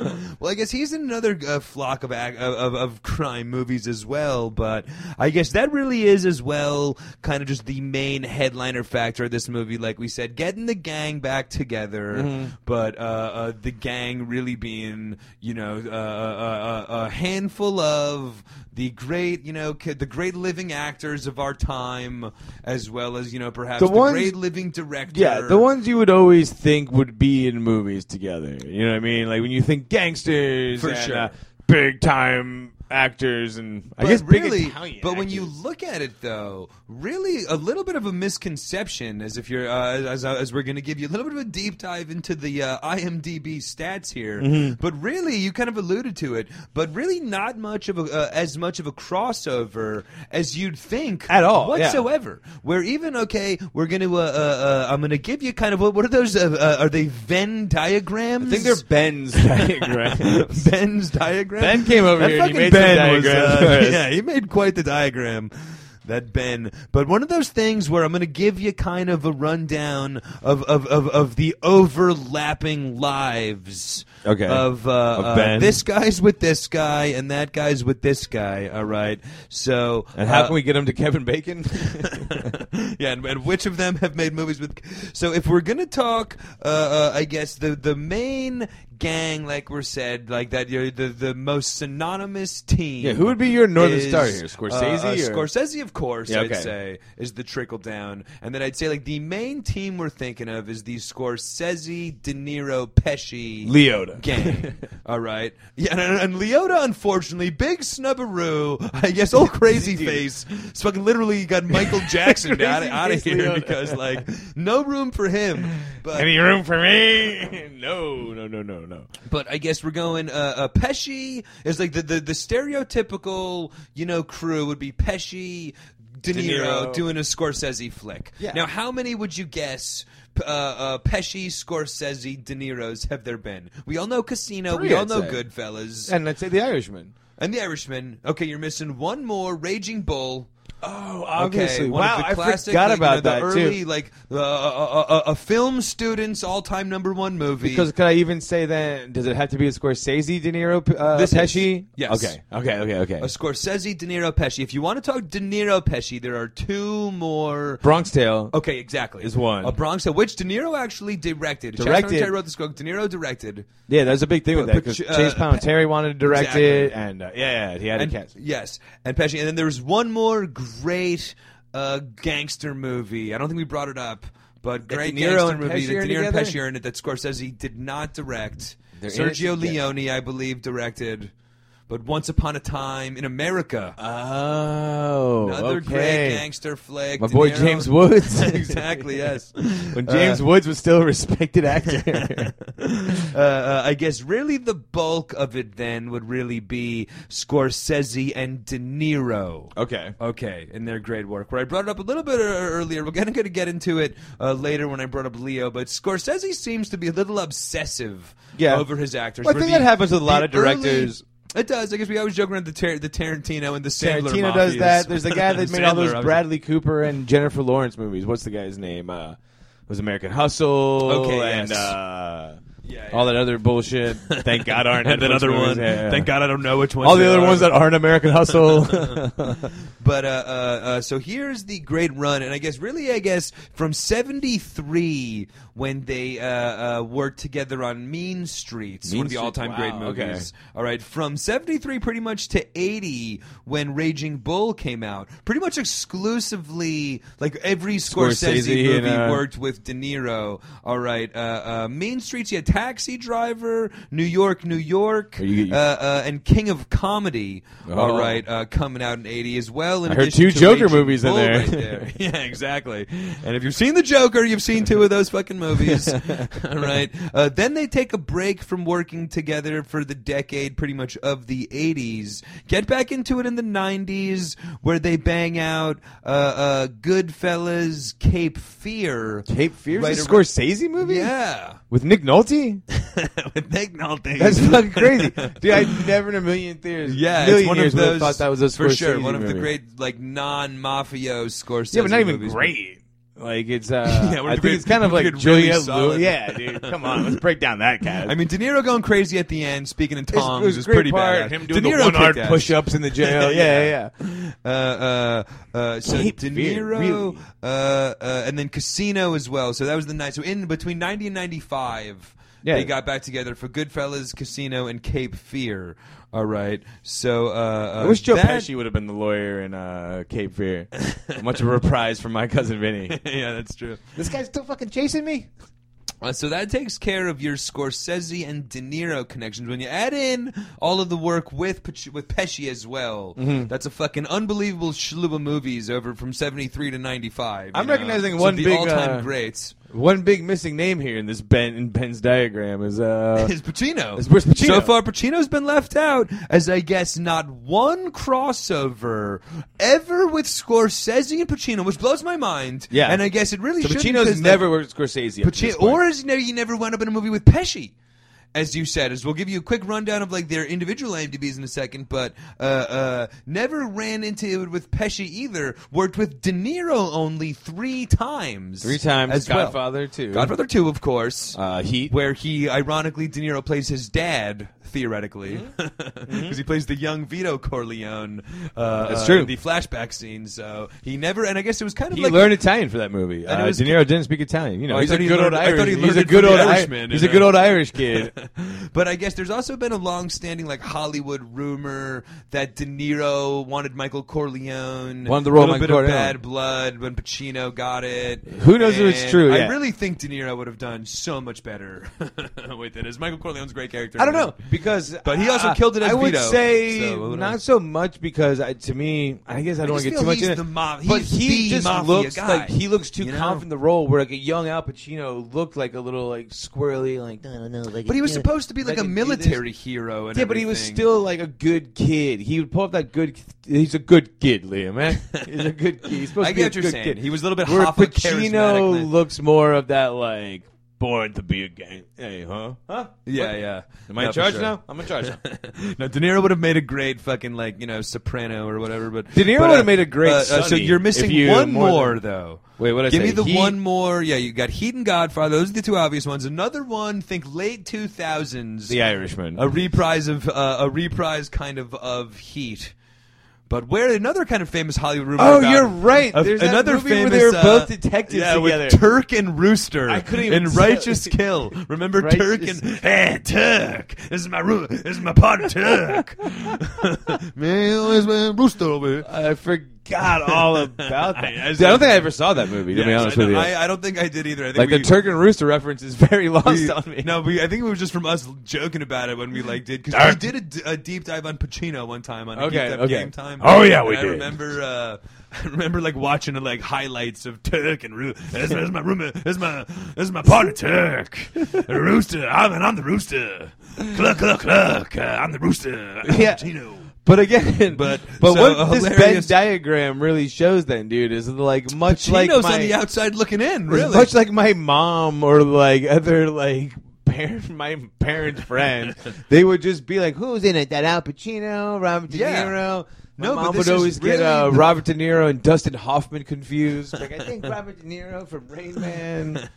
B: *laughs* well, I guess he's in another uh, flock of, ac- of of of crime movies as well. But I guess that really is as well kind of just the main headliner factor of this movie. Like we said, getting the gang back together,
A: Mm-hmm.
B: but uh, uh, the gang really being you know uh, uh, uh, a handful of the great you know ca- the great living actors of our time, as well as you know perhaps
A: The
B: the,
A: ones-
B: great living director.
A: Yeah, the ones you would always think would be in movies together. You know what I mean? Like when you think gangsters
B: For
A: and
B: sure.
A: uh, big time actors and I
B: But
A: guess big
B: really,
A: Italian
B: but when you
A: actors.
B: look at it though, really a little bit of a misconception. As if you're, uh, as, as we're going to give you a little bit of a deep dive into the uh, IMDb stats here.
A: Mm-hmm.
B: But really, you kind of alluded to it. But really, not much of a uh, as much of a crossover as you'd think
A: At all, yeah.
B: whatsoever. Where even okay, we're going to, uh, uh, uh, I'm going to give you kind of what, what are those? Uh, uh, are they Venn diagrams? *laughs*
A: I think they're Ben's diagrams.
B: Ben's diagram.
A: Ben came over
B: That
A: here and he
B: fucking
A: made
B: Ben was,
A: diagram
B: uh,
A: for us.
B: *laughs* yeah, he made quite the diagram. That Ben, but one of those things where I'm going to give you kind of a rundown of of, of, of the overlapping lives
A: Okay.
B: of, uh, uh,
A: Ben.
B: this guy's with this guy and that guy's with this guy. All right, so
A: And how
B: uh,
A: can we get him to Kevin Bacon?
B: *laughs* yeah, and, and which of them have made movies with? So if we're gonna talk, uh, uh, I guess the the main gang, like we are said, like that, you're the the most synonymous team.
A: Yeah, who would be your Northern Star here?
B: uh,
A: Scorsese
B: uh,
A: or-
B: Scorsese, of course.
A: Yeah, okay.
B: I'd say is the trickle down, and then I'd say like the main team we're thinking of is the Scorsese, De Niro, Pesci,
A: Leota.
B: gang.
A: *laughs*
B: All right. Yeah, and, and, and Leota, unfortunately, big snubbaroo. *laughs* I guess old crazy
A: Dude.
B: face. It's fucking literally got Michael
A: *laughs*
B: Jackson out,
A: Crazy
B: out of
A: face
B: here
A: Leota.
B: because like no room for him.
A: *laughs*
B: But
A: Any room for me? No, no, no, no, no.
B: but I guess we're going. Uh, uh, Pesci is like the, the the stereotypical you know crew would be Pesci. De
A: De
B: Niro,
A: Niro.
B: doing a Scorsese flick.
A: Yeah.
B: Now, how many would you guess p- uh, uh, Pesci, Scorsese, De Niro's have there been? We all know Casino.
A: Three,
B: we all
A: I'd
B: know
A: say.
B: Goodfellas.
A: And let's say The Irishman.
B: And the Irishman. Okay, you're missing one more. Raging Bull.
A: Oh,
B: Okay, one
A: wow,
B: of the
A: I
B: classic,
A: forgot
B: like, you know,
A: about that
B: the early,
A: too.
B: Like uh, uh, uh, uh, a film student's all-time number one movie.
A: Because could I even say then? Does it have to be a Scorsese, De Niro, uh,
B: This is-
A: Pesci?
B: yes.
A: Okay. Okay. Okay. Okay.
B: a Scorsese, De Niro, Pesci. If you want to talk De Niro, Pesci, there are two more.
A: Bronx Tale.
B: Okay, exactly.
A: Is one.
B: a Bronx Tale, which De Niro actually directed.
A: Directed.
B: Chas Terry wrote the script. De Niro directed.
A: Yeah, that was a big thing with
B: But-
A: that
B: but
A: because
B: you- uh,
A: Chase Palminteri wanted to direct
B: Exactly.
A: it, and uh, yeah, yeah, he had
B: and,
A: a cast.
B: Yes, and Pesci. And then there's one more great uh, gangster movie. I don't think we brought it up, but great
A: De Niro
B: gangster
A: and
B: movie
A: Pesci are
B: that De Niro and
A: together?
B: Pesci are in it that Scorsese did not direct.
A: They're in it
B: Sergio
A: together.
B: Leone, I believe, directed. But Once Upon a Time in America,
A: Oh,
B: another great
A: okay.
B: gangster flick.
A: My
B: De
A: boy
B: Niro- *laughs*
A: James Woods.
B: exactly. Yes.
A: *laughs* when James
B: Uh,
A: Woods was still a respected actor.
B: uh, uh, I guess really the bulk of it then would really be Scorsese and De Niro.
A: okay.
B: *laughs* Okay, in their great work. Where I brought it up a little bit er- earlier. We're going to get into it uh, later when I brought up Leo, but Scorsese seems to be a little obsessive
A: Yeah.
B: over his actors.
A: Well, I
B: Where
A: think that happens with a lot
B: the
A: of directors.
B: early- it does. I guess we always joke around the, Tar- the Tarantino and the Sandler
A: Tarantino does
B: mafias.
A: that. There's the guy
B: *laughs*
A: that made all
B: Sandler,
A: those
B: obviously.
A: Bradley Cooper and Jennifer Lawrence movies. What's the guy's name? Uh, it was American Hustle
B: Okay,
A: and
B: yes.
A: uh,
B: Yeah,
A: all that other bullshit.
B: *laughs*
A: Thank God aren't
B: And that other one. Thank God I don't know which one.
A: All the other ones that aren't American *laughs* Hustle.
B: But uh, uh, uh, so here's the great run, and I guess really, I guess from '73 when they uh, uh, worked together on Mean Streets,
A: Mean
B: one of the
A: Streets,
B: all-time
A: wow,
B: great
A: okay.
B: movies. All right, from '73 pretty much to '80 when Raging Bull came out, pretty much exclusively like every Scorsese,
A: Scorsese
B: movie
A: and, uh,
B: worked with De Niro. All right, uh, uh, Mean Streets, yeah, Taxi Driver, New York, New York,
A: Are you-
B: uh, uh, and King of Comedy. All
A: Oh.
B: right uh, coming out in '80 as well. In
A: I heard
B: addition
A: two
B: to
A: Joker
B: Raging
A: movies in
B: Bull
A: there. *laughs*
B: right there. yeah, exactly. And if you've seen the Joker, you've seen two of those
A: *laughs*
B: fucking movies. All right. Uh, then they take a break from working together for the decade, pretty much of the '80s. Get back into it in the '90s, where they bang out uh, uh, Goodfellas, Cape Fear.
A: Cape Fear's
B: Right
A: a
B: around-
A: Scorsese movie? *laughs*
B: Yeah,
A: With Nick Nolte?
B: with Nick Nolte.
A: That's
B: *laughs*
A: fucking crazy. Dude, I never in a million theaters.
B: Yeah,
A: million
B: it's one
A: years
B: of
A: would've
B: those.
A: thought that was a Scorsese
B: for sure. One of the
A: movie.
B: great like non-mafio Scorsese.
A: Yeah, but not even
B: movies.
A: great. Like
B: *laughs*
A: it's uh
B: Yeah, we're
A: I think
B: great-
A: it's kind of
B: we're
A: like
B: good, really
A: Juliette
B: solid.
A: Lewis. Yeah, dude. Come
B: *laughs*
A: on, let's break down that cat.
B: I mean, De Niro going crazy at the end, speaking in tongues,
A: it was a
B: is
A: great
B: pretty
A: part.
B: bad.
A: Him doing
B: De Niro
A: the one hard
B: kicked ass.
A: push ups in the
B: *laughs*
A: jail. Yeah, yeah. yeah.
B: Uh, uh, uh, so
A: Cape
B: De
A: Fear,
B: Niro,
A: really.
B: uh, uh, and then Casino as well. So that was the night. So in between ninety and ninety-five.
A: Yeah.
B: They got back together for Goodfellas, Casino, and Cape Fear. All right, so uh, uh,
A: I wish Joe
B: that-
A: Pesci would have been the lawyer in uh, Cape Fear. Much of a reprise from my cousin Vinny.
B: *laughs* yeah, that's true.
A: this guy's still fucking chasing me.
B: Uh, so that takes care of your Scorsese and De Niro connections. When you add in all of the work with Pac- with Pesci as well,
A: Mm-hmm.
B: that's a fucking unbelievable slew of movies over from '73 to '95.
A: I'm recognizing
B: so
A: one
B: the
A: big,
B: all-time
A: uh,
B: greats
A: One big missing name here in this Ben in Ben's diagram is
B: *laughs*
A: uh
B: is Pacino.
A: Is- where's Pacino?
B: So far, Pacino's been left out as I guess not one crossover ever with Scorsese and Pacino, which blows my mind.
A: Yeah.
B: and I guess it really
A: so
B: should
A: Pacino's never worked with Scorsese. up to
B: Pacino,
A: this point.
B: or is he never, he never wound up in a movie with Pesci. as you said, is we'll give you a quick rundown of like their individual IMDb's in a second, but uh, uh, never ran into it with Pesci either. Worked with De Niro only three times.
A: Three times.
B: as well.
A: Godfather too.
B: Godfather Two, of course.
A: Uh, Heat.
B: where he ironically De Niro plays his dad theoretically
A: Mm-hmm.
B: *laughs* because he plays the young Vito Corleone. Uh,
A: That's
B: uh,
A: true.
B: in the flashback scene, so he never. And I guess it was kind of
A: He
B: like
A: learned Italian for that movie.
B: And it
A: Uh,
B: was-
A: De Niro didn't speak Italian. You know,
B: Oh, I
A: he's
B: thought
A: a
B: he
A: good old
B: learned- I thought he
A: Irish. He's
B: learned
A: a
B: it
A: good
B: from
A: old
B: the
A: Irish-
B: Irishman,
A: He's
B: you
A: a good
B: know?
A: old Irish kid.
B: *laughs* But I guess there's also been a long-standing like Hollywood rumor that De Niro wanted Michael Corleone,
A: Wanted the role of
B: a
A: Michael
B: little bit of
A: Corleone.
B: bad blood when Pacino got it.
A: Who knows if it's
B: And
A: true, yeah.
B: I really think De Niro would have done so much better *laughs* with it. As Michael Corleone's a great character,
A: I don't know because,
B: *laughs* But he also
A: I-
B: killed it as
A: I would
B: Vito,
A: say
B: so a little-
A: not so much because I, to me, I guess I don't want
B: just
A: to get
B: feel
A: too much
B: he's
A: into
B: the
A: it.
B: mob-
A: but
B: he's
A: he
B: the
A: just
B: mafia
A: looks
B: guy,
A: like he looks too
B: you know?
A: confident in the role. Where like a young Al Pacino looked like a little like squirrely, like I don't know. Like,
B: But he
A: yeah,
B: was supposed to be
A: I
B: like a
A: can do this.
B: military hero. And
A: Yeah, but he was
B: everything.
A: still like a good kid. He would pull up that good. He's a good kid, Liam. Man, he's a good kid. He's supposed
B: *laughs* I
A: to be
B: get
A: a
B: what you're
A: good
B: saying.
A: kid.
B: He was a little bit
A: Where
B: Hoffa
A: Pacino
B: charismatic.
A: looks more of that like born to be a gang. Hey, huh? Huh?
B: Yeah,
A: What?
B: yeah.
A: Am I in
B: No, for
A: charge
B: sure.
A: now? I'm in
B: *laughs*
A: charge now.
B: no, De Niro would have made a great fucking like you know Soprano or whatever. But
A: De Niro
B: but, uh,
A: would have made a great
B: uh, uh, so
A: Sonny
B: you're missing
A: if you-
B: one
A: more
B: more,
A: than-
B: though.
A: Wait, what I
B: Give
A: say?
B: me the
A: Heat-
B: one more. Yeah, you got Heat and Godfather. Those are the two obvious ones. Another one, think late two thousands.
A: The Irishman.
B: a reprise of uh, a reprise kind of of Heat. But where another kind of famous Hollywood rumor?
A: Oh,
B: about-
A: you're right.
B: of-
A: There's that
B: another
A: movie where
B: famous,
A: they were both
B: uh,
A: detectives
B: yeah,
A: together.
B: With Turk and Rooster.
A: I couldn't even
B: in
A: tell- *laughs*
B: Righteous Kill. Remember Turk
A: Righteous-
B: and Hey Turk, this is my room. This is my
A: *laughs*
B: partner Turk. Man, where's my Rooster over here?
A: I forgot all about that.
B: *laughs* I- I
A: Dude, I, don't think I ever saw that movie. To be
B: Yes,
A: honest
B: I,
A: with you,
B: know. I, I don't think I did either. I think
A: like
B: we,
A: the Turk and Rooster reference is very *laughs* lost
B: we-
A: on me.
B: No, we, I think it was just from us joking about it when we like did because we did a d- a, deep dive on Pacino one time on a
A: Okay,
B: geeked up
A: okay.
B: game time.
A: Oh, yeah,
B: And
A: we
B: I
A: did.
B: Remember, uh, *laughs* I remember like watching the, like highlights of Turk and Roo. This is my roommate. This is my this is my partner Turk. The rooster. I'm and I'm the rooster. Cluck cluck cluck. Uh, I'm the rooster. I'm
A: Yeah.
B: Pacino.
A: But again,
B: *laughs* But-
A: *laughs* but
B: so
A: what this Venn
B: hilarious-
A: diagram really shows, then, dude, is like much
B: Pacino's
A: like my
B: on the outside looking in.
A: It's *laughs*
B: Really,
A: Much like my mom or like other like parent, *laughs* my parents'
B: *laughs*
A: friends, they would just be like, "Who's in it? That Al Pacino, Robert De
B: Yeah.
A: Niro." My
B: No, but
A: mom
B: this
A: would
B: is
A: always get
B: really
A: uh,
B: the-
A: Robert De Niro and Dustin Hoffman confused. Like, I think Robert De Niro from Rain
B: *laughs*
A: Man.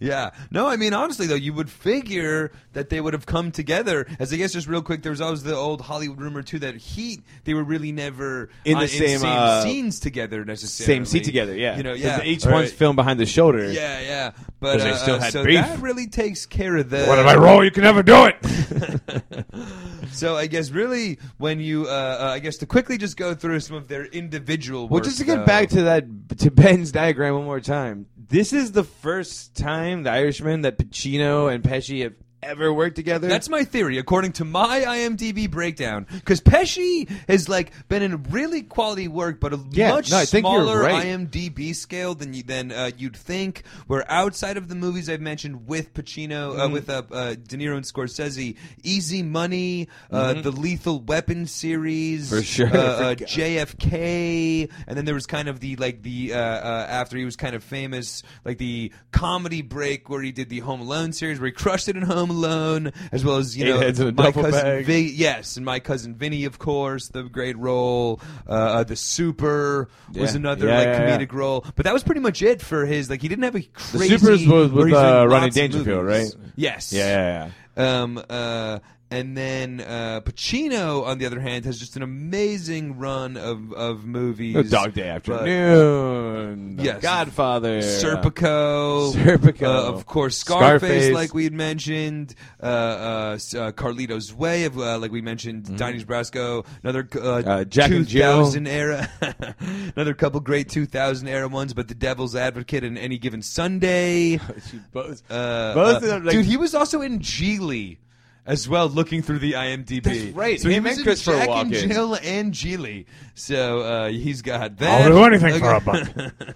B: Yeah. No, I mean honestly though, you would figure that they would have come together. As I guess just real quick, there was always the old Hollywood rumor too that Heat they were really never
A: In the
B: on-
A: same, uh,
B: scenes together necessarily.
A: Same seat together, yeah.
B: You know,
A: 'Cause
B: yeah.
A: Each
B: Or-
A: one's filmed behind the shoulder.
B: Yeah, yeah. But
A: 'Cause they
B: uh,
A: still
B: uh,
A: had
B: so
A: beef.
B: that really takes care of the.
A: roll? You can never do it.
B: *laughs* So I guess really when you, uh, uh, I guess to quickly just go through some of their individual.
A: Well,
B: work,
A: just to get
B: though.
A: back to that to Ben's diagram one more time. This is the first time the Irishman that Pacino and Pesci have ever worked together.
B: That's my theory, according to my IMDb breakdown. Because Pesci has like been in really quality work, but a
A: Yeah,
B: much
A: no, I think you're
B: smaller
A: right.
B: IMDb scale than you, than uh, you'd think. Where outside of the movies I've mentioned with Pacino,
A: Mm-hmm.
B: uh, with uh, uh, De Niro and Scorsese, Easy Money, uh, the Lethal Weapon series,
A: Mm-hmm. For *laughs* sure.
B: uh, uh,
A: Forgot.
B: JFK, and then there was kind of the like the uh, uh, after he was kind of famous, like the comedy break where he did the Home Alone series, where he crushed it in Home Alone, as well as you
A: Eight
B: know
A: heads in a
B: my
A: duffel
B: cousin
A: bag.
B: Vi- yes, and my cousin Vinny, of course, the great role, uh, uh, the Super was
A: Yeah.
B: another
A: Yeah,
B: like
A: yeah, yeah.
B: comedic role, but that was pretty much it for his like he didn't have a crazy.
A: Supers was with,
B: where he's in
A: uh,
B: lots
A: Rodney
B: of
A: Dangerfield,
B: movies.
A: right?
B: Yes.
A: yeah, yeah, yeah.
B: Um, uh, and then uh, Pacino, on the other hand, has just an amazing run of, of movies.
A: The Dog Day
B: But
A: Afternoon. The
B: Yes.
A: Godfather.
B: Serpico.
A: Serpico.
B: Uh, of course, Scarface,
A: Scarface.
B: like we had mentioned. Uh, uh, s- uh, Carlito's Way, of, uh, like we mentioned. Donnie Brasco. Another uh,
A: Mm-hmm. Uh, Jack and Jill.
B: 2000 era. *laughs* another couple great 2000 era ones, but The Devil's Advocate and Any
A: *laughs*
B: Given Sunday.
A: She both-
B: Uh,
A: Both
B: uh,
A: of them, like-
B: dude, he was also in Geely as well. Looking through the IMDb,
A: That's right,
B: So he
A: him
B: was
A: and
B: in
A: Christopher
B: Jack and
A: Walken.
B: Jill and Geely. So uh, he's got that. *laughs*
C: I'll do anything for
B: Okay.
C: a buck.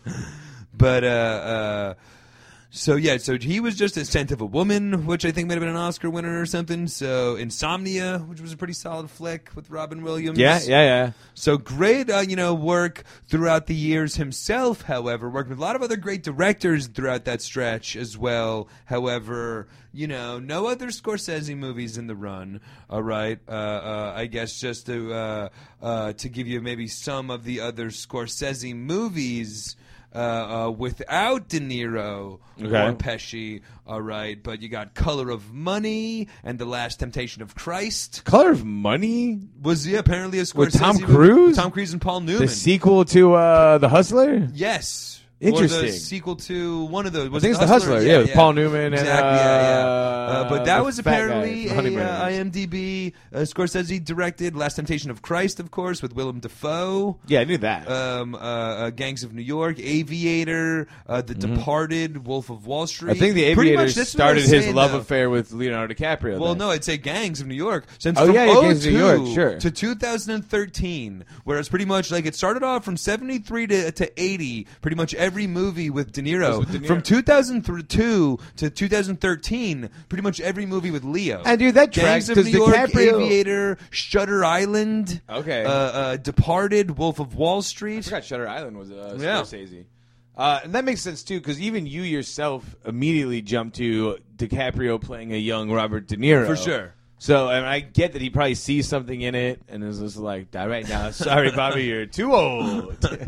B: but uh, uh, So yeah, so he was just a scent of a woman, which I think might have been an Oscar winner or something. So Insomnia, which was a pretty solid flick with Robin Williams.
A: Yeah, yeah, yeah.
B: So great, uh, you know, work throughout the years himself. However, worked with a lot of other great directors throughout that stretch as well. However, you know, no other Scorsese movies in the run. All right, uh, uh, I guess just to uh, uh, to give you maybe some of the other Scorsese movies. Uh, uh, without De Niro or
A: Okay.
B: Pesci, all right, but you got Color of Money and The Last Temptation of Christ
A: Color of Money,
B: was yeah, apparently a Scorsese
A: With Tom
B: movie.
A: Cruise?
B: Tom Cruise and Paul
A: the
B: Newman.
A: sequel to uh, The Hustler.
B: yes. Or
A: Interesting.
B: the sequel to one of those.
A: I
B: Was
A: think
B: it
A: it's The Hustler. Yeah, with
B: yeah.
A: Paul Newman
B: Exactly.
A: and uh,
B: yeah, yeah. Uh, but that
A: the
B: was
A: fat guy
B: apparently
A: from
B: a,
A: Honeymooners.
B: uh, IMDb uh, Scorsese directed Last Temptation of Christ, of course, with Willem Dafoe.
A: yeah, I knew that.
B: Um, uh, uh, Gangs of New York, Aviator, uh, The Departed, Wolf of Wall Street.
A: Mm-hmm. I think the
B: Pretty
A: Aviator
B: much that's what I
A: started
B: was
A: his
B: saying,
A: love
B: though.
A: affair with Leonardo DiCaprio.
B: Well,
A: then.
B: no, I'd say Gangs of New York. Since
A: Oh,
B: from
A: yeah, yeah,
B: 02
A: Gangs of New York, sure.
B: to 2013, where it's pretty much like it started off from 73 to, to 80, pretty much every movie with De Niro.
A: with De Niro.
B: From 2002 to 2013, pretty much every movie with Leo.
A: And, dude, that
B: Gangs
A: tracks,
B: of
A: 'cause
B: New York,
A: DiCaprio-
B: Aviator, Shutter Island,
A: Okay.
B: uh, uh, Departed, Wolf of Wall Street.
A: I forgot Shutter Island was uh,
B: Yeah.
A: Scorsese. Uh, and that makes sense too, because even you yourself immediately jumped to DiCaprio playing a young Robert De Niro
B: For sure.
A: So, and I get that he probably sees something in it, and is just like, "All right, now, sorry,
B: *laughs*
A: Bobby, you're too old." *laughs*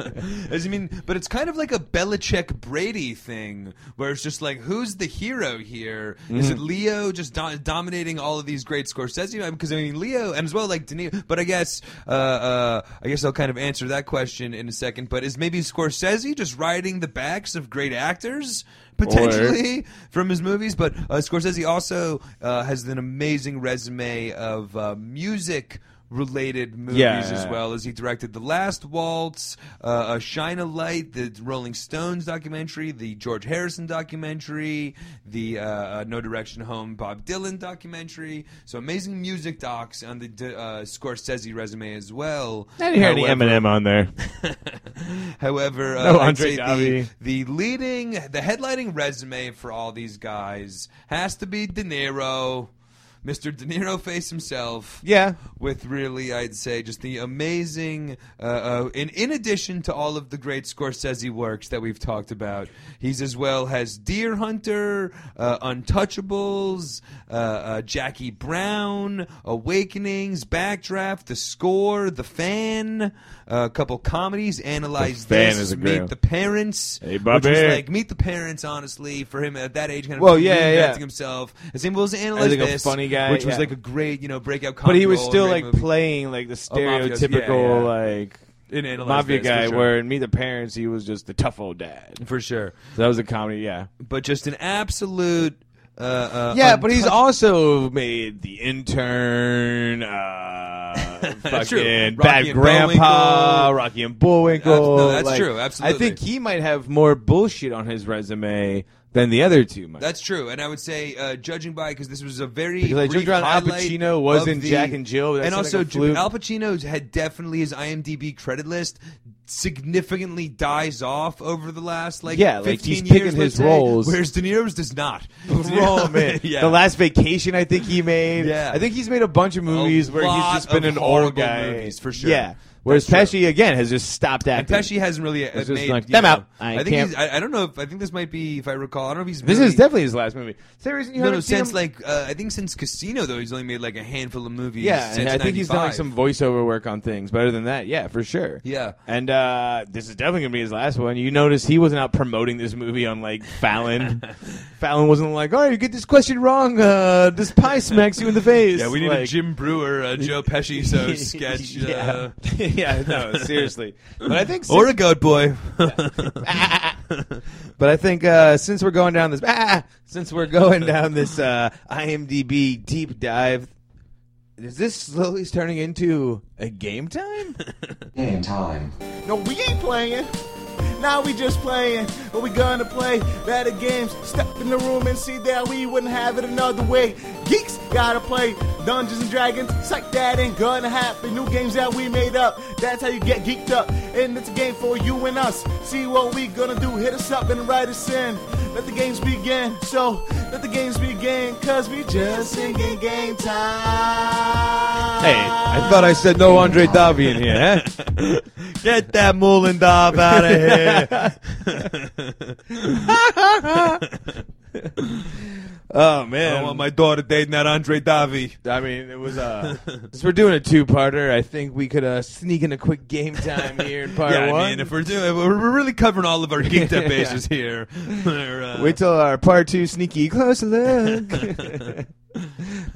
B: As *laughs* I mean, but it's kind of like a Belichick Brady thing, where it's just like, who's the hero here? Is it Leo just do- dominating all of these great Scorsese? Because I mean, Leo and as well like De Niro. But I guess, uh, uh, I guess I'll kind of answer that question in a second. But is maybe Scorsese just riding the backs of great actors? Potentially from his movies, but uh, Scorsese also uh, has an amazing resume of uh, music-related movies
A: Yeah.
B: as well well as he directed The Last Waltz, uh, A Shine a Light, the Rolling Stones documentary, the George Harrison documentary, the uh, uh, No Direction Home Bob Dylan documentary. So amazing music docs on the d- uh, Scorsese resume as well.
A: I didn't hear any Eminem on there.
B: However, uh,
A: No
B: I'd
A: Andre
B: say the,
A: Davi.
B: the leading, the headlining resume for all these guys has to be De Niro, Mr. De Niro face himself
A: Yeah,
B: with really, I'd say, just the amazing. Uh, uh, and in addition to all of the great Scorsese works that we've talked about, he's as well has Deer Hunter, uh, Untouchables, uh, uh, Jackie Brown, Awakenings, Backdraft, The Score, The Fan, uh, a couple comedies, Analyze
A: The Fan
B: This,
A: is a great
B: Meet
A: one.
B: the Parents,
A: Hey, Bobby.
B: which was like Meet the Parents. Honestly, for him at that age, kind of
A: Well, yeah, yeah, yeah.
B: reinventing himself. As same was Analyze
A: like a
B: This,
A: funny guy,
B: which was
A: yeah.
B: like a great, you know, breakout.
A: but he
B: comedy
A: was
B: role in
A: still
B: great
A: like
B: movie.
A: playing like the
B: Oh, Mafioso, yeah,
A: stereotypical like
B: in Analyze
A: mafia
B: This, for
A: guy,
B: sure.
A: where in Meet the Parents he was just the tough old dad.
B: for sure,
A: So that was a comedy, yeah.
B: but just an absolute. Uh, uh,
A: Yeah, but he's
B: untouch-
A: also made the intern, uh,
B: *laughs* That's true.
A: fucking
B: Rocky
A: bad
B: and
A: grandpa,
B: Bullwinkle.
A: Rocky and Bullwinkle.
B: Abs- no, that's
A: Like,
B: true, absolutely.
A: I think he might have more bullshit on his resume than the other two might.
B: That's true, and I would say, uh, judging by because this was a very
A: Because I
B: brief
A: joked around Al
B: highlight
A: Pacino was
B: of
A: in
B: the-
A: Jack and Jill, but that
B: and
A: seemed like
B: also
A: a fluke.
B: Al Pacino's had definitely his IMDb credit list significantly dies off over the last like
A: Yeah, like,
B: 15
A: he's picking
B: years,
A: his
B: let's say,
A: roles.
B: whereas De Niro's does
A: *laughs*
B: not.
A: Oh, man.
B: *laughs* yeah,
A: The Last Vacation, I think he made.
B: Yeah.
A: I think he's made a bunch of movies where he's
B: lot
A: just been
B: of
A: an old
B: horrible
A: guy.
B: movies, for sure.
A: Yeah. Whereas
B: That's
A: Pesci again has just stopped
B: And
A: acting.
B: Pesci hasn't really uh,
A: It's just
B: made
A: like,
B: you
A: "Them
B: know,
A: out. I
B: think
A: can't-
B: he's, I, I don't know if I think this might be if I recall. I don't know if he's
A: this
B: really,
A: is definitely his last movie. Is there a reason you
B: no, no
A: haven't seen
B: since
A: him?
B: like uh, I think since Casino though he's only made like a handful of movies.
A: Yeah, and
B: since
A: I think he's done like some
B: 95.
A: voiceover work on things. But other than that, yeah, for sure.
B: Yeah.
A: and uh, this is definitely gonna be his last one. You notice he wasn't out promoting this movie on like
B: *laughs*
A: Fallon. Fallon wasn't like, "All right, you get this question wrong. Uh, this pie smacks you in the face."
B: Yeah, we need a
A: *laughs* like,
B: Jim Brewer, uh, Joe Pesci so sketch, uh,
A: *laughs* yeah, yeah, no, seriously. But I think,
B: or a goat boy. *laughs*
A: *laughs* but I think uh, since we're going down this, ah, since we're going down this uh, IMDb deep dive. Is this slowly turning into a game time?
C: Game time.
D: No, we ain't playing.
C: Now we just playing, but we gonna play better games. Step in the room and see that we wouldn't have it another way. Geeks gotta play Dungeons and Dragons. Psych, that ain't gonna happen. New games that we made up. That's how you get geeked up. And it's a game for you and us. See what we gonna do. Hit us up and write us in. Let the games begin. So let the games begin. Cause we just singing game time.
A: Hey, I thought I said no Andre Davian here, *laughs* huh?
B: Get that Mullen Dob out of here.
A: *laughs* Oh
B: I
A: man.
B: don't want my daughter dating that Andre Davi.
A: I mean, it was uh *laughs* since we're doing a two-parter, I think we could uh sneak in a quick game time here in part
B: Yeah,
A: one.
B: I mean, if we're doing, we're we're really covering all of our geeked
A: *laughs*
B: up bases here. We're, uh,
A: Wait till our part two sneaky close look. *laughs*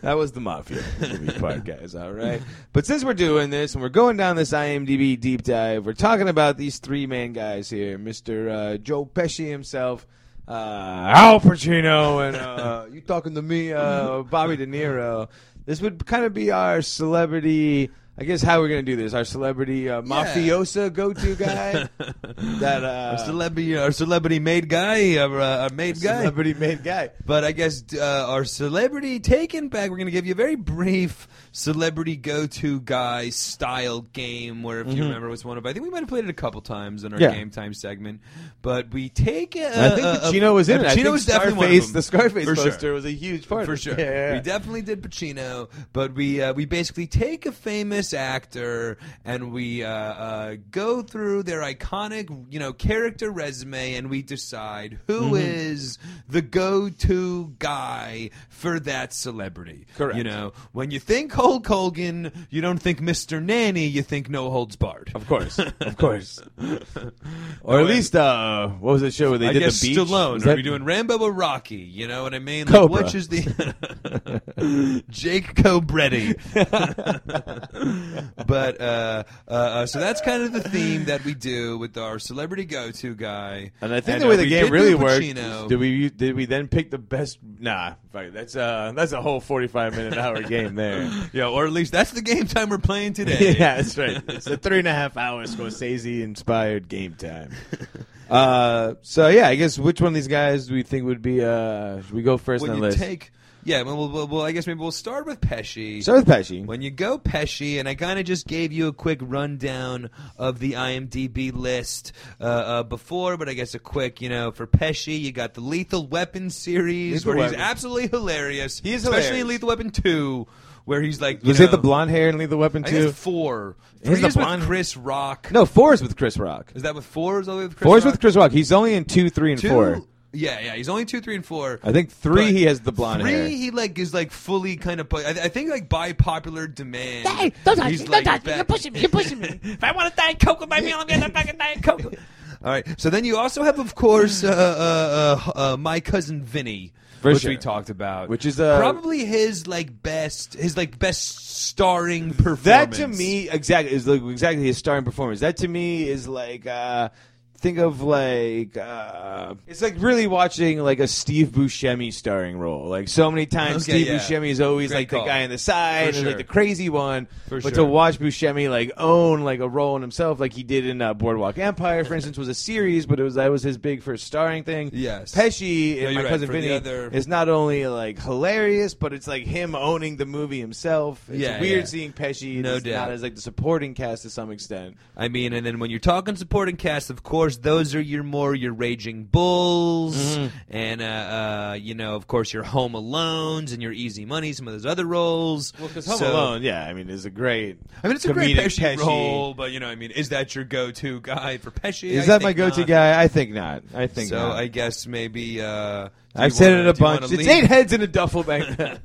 A: that was the Mafia movie part, guys. All right. But since we're doing this and we're going down this IMDb deep dive, we're talking about these three main guys here Mr. Uh, Joe Pesci himself, uh, Al Pacino, and uh, you talking to me, uh, Bobby De Niro. This would kind of be our celebrity. I guess how we're gonna do this? Our celebrity uh, mafiosa go-to
B: *laughs*
A: guy that uh,
B: our celebrity, our celebrity made guy, our, uh, our made guy.
A: celebrity made guy.
B: But I guess uh, our celebrity taken back, we're going to give you a very brief celebrity go to guy style game where, if you remember, it was one of, I think we might have played it a couple times in our
A: Mm-hmm. Yeah.
B: game time segment. But we take a.
A: I think Pacino was in it. I
B: Pacino
A: think
B: was definitely one of
A: Scarface,
B: them.
A: The Scarface
B: For sure.
A: poster was a huge part.
B: For
A: of it.
B: sure,
A: Yeah, yeah,
B: we
A: yeah.
B: definitely did Pacino, but we uh, we basically take a famous actor and we uh, uh, go through their iconic you know character resume and we decide
A: Mm-hmm.
B: who is the go-to guy for that celebrity.
A: Correct.
B: You know, when you think Hulk Hogan, you don't think Mr. Nanny, you think No Holds Barred.
A: Of
B: *laughs*
A: course, of course. or at least, uh, what was that show where they
B: I
A: did
B: guess
A: the beach?
B: Stallone.
A: Was
B: Are
A: that-
B: we doing *laughs* Rambo or Rocky? You know what I mean? Like,
A: Cobra.
B: which is the *laughs* Jake Cobretti? but uh, uh, uh, so that's kind of the theme that we do with our celebrity go-to guy.
A: *laughs* And I think the way
B: uh,
A: the
B: we
A: game
B: did
A: really
B: do
A: worked.
B: Pacino.
A: Did we u- did we then pick the best? Nah, fuck, that's uh that's a whole forty five
B: *laughs*
A: minute hour game there.
B: Yeah, or at least that's the game time we're *laughs* playing today.
A: *laughs* yeah, that's right. It's a three and a half hour Scorsese inspired game
B: *laughs*
A: time. Uh, so yeah, I guess which one of these guys do we think would be? Uh, should we go first
B: When
A: on
B: you
A: the list?
B: take, yeah, well, well, well, I guess maybe we'll start with Pesci.
A: Start with Pesci.
B: When you go Pesci, and I kind of just gave you a quick rundown of the IMDb list uh, uh, before, but I guess a quick, you know, for Pesci, you got the Lethal Weapon series,
A: Lethal
B: where he's
A: Weapon.
B: absolutely hilarious.
A: He is
B: especially
A: hilarious.
B: in Lethal Weapon Two, where he's like, you
A: was
B: know,
A: it the blonde hair and Lethal Weapon
B: I think
A: too?
B: it's four.
A: He's
B: Three
A: the
B: is with
A: blonde-
B: Chris Rock.
A: No, four is with Chris Rock.
B: Is that with four? Is that with Chris
A: Four is
B: Rock?
A: with Chris Rock. He's only in two, three, and
B: Two-
A: four.
B: Yeah, yeah. He's only two, three, and four.
A: I think three
B: But
A: he has the blonde
B: three,
A: hair.
B: he like is like fully kind of. I, I think like by popular demand.
D: Hey, don't touch
B: he's
D: me,
B: like
D: don't touch me,
B: back-
D: you're pushing me, you're pushing me.
B: if I want to Diet Coke with my meal, I'm gonna fucking Diet Coke. All right. So then you also have, of course, uh, uh, uh, uh, my cousin Vinny,
A: For
B: which
A: sure.
B: we talked about,
A: Which is, uh,
B: probably his like best, his like best starring performance.
A: That to me exactly is like, exactly his starring performance. That to me is like uh think of like uh it's like really watching like a Steve Buscemi starring role. Like so many times
B: Okay,
A: Steve
B: yeah.
A: Buscemi is always
B: Great
A: like
B: call.
A: the guy on the side
B: For
A: and like
B: sure.
A: the crazy one.
B: For
A: but to
B: sure.
A: watch Buscemi like own like a role in himself like he did in uh, Boardwalk Empire for instance was a series but it was that was his big first starring thing.
B: Yes.
A: Pesci
B: No,
A: and my
B: you're right.
A: cousin
B: For the
A: Vinny
B: other-
A: is not only like hilarious but it's like him owning the movie himself. It's
B: Yeah,
A: weird
B: yeah.
A: seeing Pesci
B: No
A: it's
B: doubt.
A: not as like the supporting cast to some extent.
B: I mean, and then when you're talking supporting cast, of course, those are your more your Raging Bulls,
A: Mm-hmm.
B: and uh, uh, you know, of course, your Home Alones and your Easy Money, some of those other roles. Well,
A: Because Home Alone, yeah, I mean, is a great.
B: I mean, it's a great
A: comedic
B: Pesci, role, but you know, I mean, is that your go-to guy for Pesci?
A: Is
B: I
A: that
B: think
A: my go-to
B: not.
A: guy? I think not. I think
B: So
A: not.
B: I guess maybe uh, do
A: I've
B: you
A: said
B: wanna-
A: it a
B: do you wanna
A: bunch. It's
B: leave?
A: eight heads in a duffel
B: *laughs*
A: bag.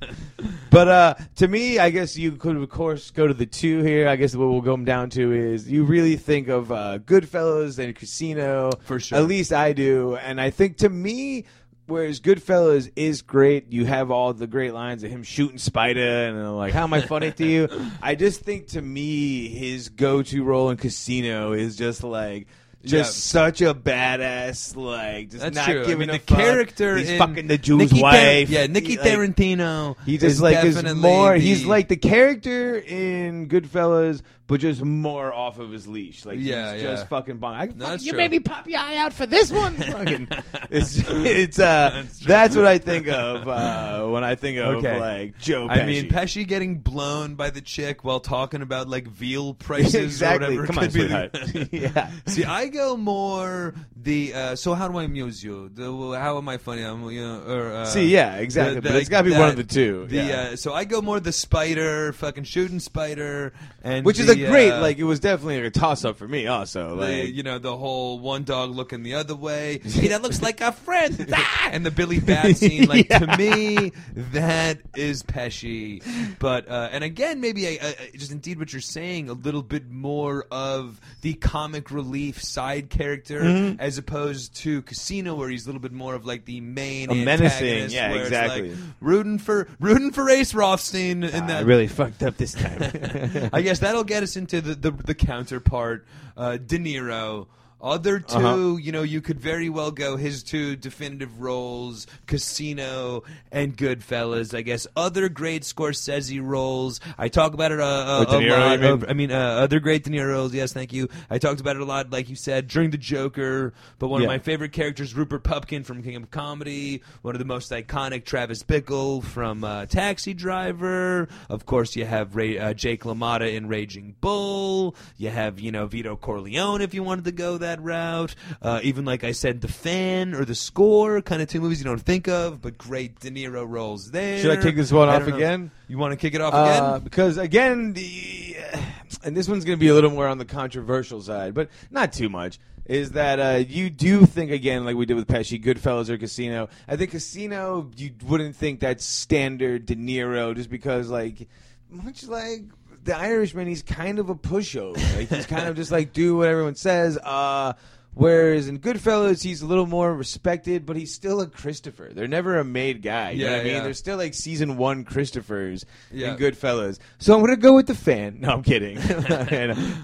A: but uh, to me, I guess you could, of course, go to the two here. I guess what we'll go down to is you really think of uh, Goodfellas and Casino.
B: For sure.
A: At least I do. And I think to me, whereas Goodfellas is great, you have all the great lines of him shooting Spider and uh, like, how am I funny to
B: *laughs*
A: you? I just think to me, his go to role in Casino is just like. Just such a badass, like just
B: That's
A: not
B: true. I
A: giving
B: mean,
A: a
B: the
A: fuck.
B: character
A: He's
B: in
A: fucking the Jew's
B: Nikki Tar-
A: wife.
B: yeah, Nicky
A: He, like-
B: Tarantino.
A: He just
B: is
A: like is
B: definitely
A: more.
B: the-
A: He's like the character in Goodfellas, but just more off of his leash. Like
B: Yeah,
A: he's
B: yeah.
A: just fucking bomb. I, fucking,
B: *laughs* that's
A: you
B: true.
A: made me pop your eye out for this
B: *laughs*
A: one. *laughs* fucking, it's it's uh, that's, what I think of uh, when I think of
B: Okay.
A: like Joe. Pesci.
B: I
A: *laughs*
B: mean, Pesci getting blown by the chick while talking about
A: *laughs*
B: like veal prices
A: exactly.
B: or whatever.
A: Come on,
B: could be
A: sweetheart.
B: the-
A: yeah.
B: *laughs* See, I go more the uh, so how do I amuse you? The, how am I funny? I'm you know, or, uh,
A: See, yeah, exactly, but it's gotta be one of the two,
B: The,
A: yeah.
B: uh, so I go more the spider, fucking shooting spider, and
A: Which is
B: the,
A: a great,
B: uh,
A: like, it was definitely a toss up for me, also.
B: the,
A: Like,
B: you know the whole one dog looking the
A: *laughs*
B: other way. He that looks like a friend, Ah! and the Billy Bat scene. Like to me, that is Pesci. But uh, and again, maybe I, I, I- just indeed what you're saying, a little bit more of the comic relief side character
A: Mm-hmm.
B: as opposed to Casino, where he's a little bit more of like the main
A: A menacing,
B: antagonist,
A: yeah,
B: where it's, like,
A: exactly. Ah,
B: rooting for rooting for Ace Rothstein in
A: I
B: that
A: really fucked up this
B: *laughs*
A: time.
B: I guess that'll get us into the the, the counterpart, uh, De Niro. Other 2
A: Uh-huh.
B: you know, you could very well go his two definitive roles, Casino and Goodfellas. I guess other great Scorsese roles. I talk about it a, a,
A: Oh, De
B: a
A: Niro,
B: lot.
A: you mean?
B: over- I mean, uh, other great De Niro roles. Yes, thank you. I talked about it a lot, like you said, during the Joker. But one
A: Yeah.
B: of my favorite characters, Rupert Pupkin from King of Comedy. One of the most iconic, Travis Bickle from uh, Taxi Driver. Of course, you have Ray, uh, Jake LaMotta in Raging Bull. You have, you know, Vito Corleone if you wanted to go that route. Uh, even, like I said, The Fan or The Score, kind of two movies you don't think of, but great De Niro roles there.
A: Should I kick this one
B: I
A: off
B: don't know.
A: again?
B: You want to kick it off
A: Uh,
B: again?
A: because again, the uh, and this one's going to be a little more on the controversial side, but not too much. Is that uh, you do think again, like we did with Pesci, Goodfellas or Casino? I think Casino, you wouldn't think that's standard De Niro, just because like much like the Irishman, he's kind of a pushover. Like he's kind of just like do what everyone says. Uh, whereas in Goodfellas, he's a little more respected, but he's still a Christopher. They're never a made guy. You know
B: Yeah,
A: what I mean?
B: yeah.
A: They're still like season one Christophers
B: Yeah.
A: and Goodfellas. So I'm gonna go with the fan. No, I'm
B: *laughs*
A: kidding. *laughs*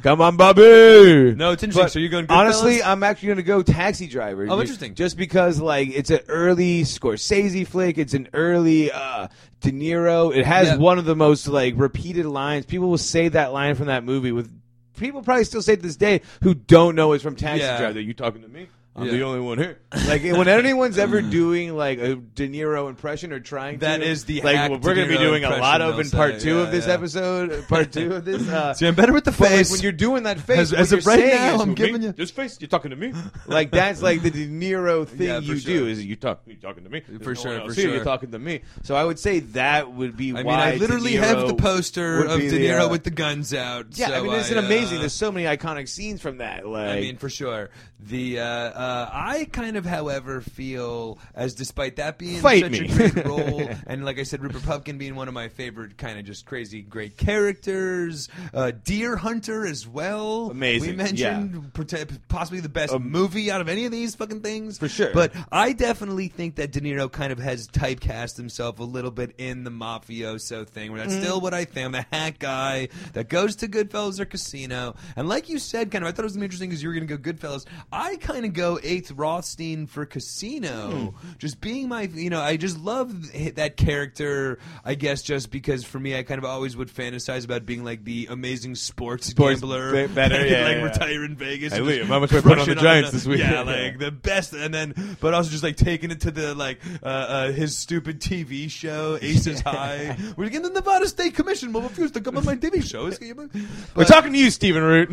A: Come on, Bobby.
B: No, it's interesting.
A: But
B: So you're going Goodfellas?
A: honestly, I'm actually gonna go Taxi Driver.
B: Oh,
A: Ju-
B: interesting.
A: Just because like it's an early Scorsese flick. It's an early uh, De Niro. It has
B: Yeah.
A: one of the most like repeated lines. People will say that line from that movie with. People probably still say to this day who don't know it's from Taxi
B: Yeah.
A: Driver. You talking to me? I'm
B: Yeah.
A: the only one here. Like
B: *laughs*
A: when anyone's ever doing like a De Niro impression or trying
B: That
A: to.
B: is the
A: like
B: hack
A: what we're
B: De
A: going to be
B: Niro
A: doing a
B: impression
A: lot of
B: they'll
A: in part
B: say.
A: two
B: Yeah,
A: of this
B: yeah.
A: episode. *laughs* Part two of this. Uh,
B: See, I'm better with the
A: but, like,
B: face.
A: when you're doing that face,
B: As-
A: what
B: as
A: you're
B: of right
A: saying
B: now,
A: is,
B: I'm
A: "Me?
B: giving you-
A: this face. You're talking to me. *laughs* Like that's like *laughs* the De Niro thing
B: Yeah, for
A: you
B: sure.
A: do is you talk. You talking to me There's
B: For
A: no
B: sure,
A: one else
B: for
A: here.
B: sure.
A: You're talking to me. So I would say that would be.
B: I mean,
A: why
B: I literally
A: De Niro
B: have the poster
A: would
B: of
A: be
B: De
A: the,
B: Niro
A: uh,
B: with the guns out.
A: Yeah, I
B: so
A: mean, it's an amazing.
B: uh,
A: There's so many iconic scenes from that. Like,
B: I mean, for sure. The uh, uh, I kind of, however, feel as despite that being
A: Fight
B: such
A: me.
B: a
A: *laughs*
B: great role, and like I said, Rupert Pupkin being one of my favorite kind of just crazy great characters. Uh, Deer Hunter as well.
A: Amazing,
B: We mentioned prote- possibly the best movie out of any of these fucking things
A: Um, For sure.
B: But I definitely think that De Niro kind of has typecast himself a little bit in the mafioso thing, where that's still what I think. I'm the hat guy that goes to Goodfellas or Casino. And like you said, kind of, I thought it was interesting because you were going to go Goodfellas. I kind of go Eighth Rothstein for Casino,
A: Hmm.
B: just being my, you know, I just love th- that character. I guess just because for me, I kind of always would fantasize about being like the amazing sports,
A: Sports
B: gambler,
A: ba- better, yeah,
B: *laughs* like
A: yeah, yeah.
B: retire in Vegas.
A: Hey,
B: and just
A: Liam, how much we put
B: crush
A: on the
B: it
A: Giants this week?
B: Yeah, like the best and then but also just like taking it to the like uh, uh, his stupid
A: *laughs*
B: TV show Aces High. We're getting the Nevada State Commission will refuse to
A: *laughs*
B: come on my TV show. It's-
A: we're
B: But- *laughs*
A: talking to you, Stephen *laughs* Root.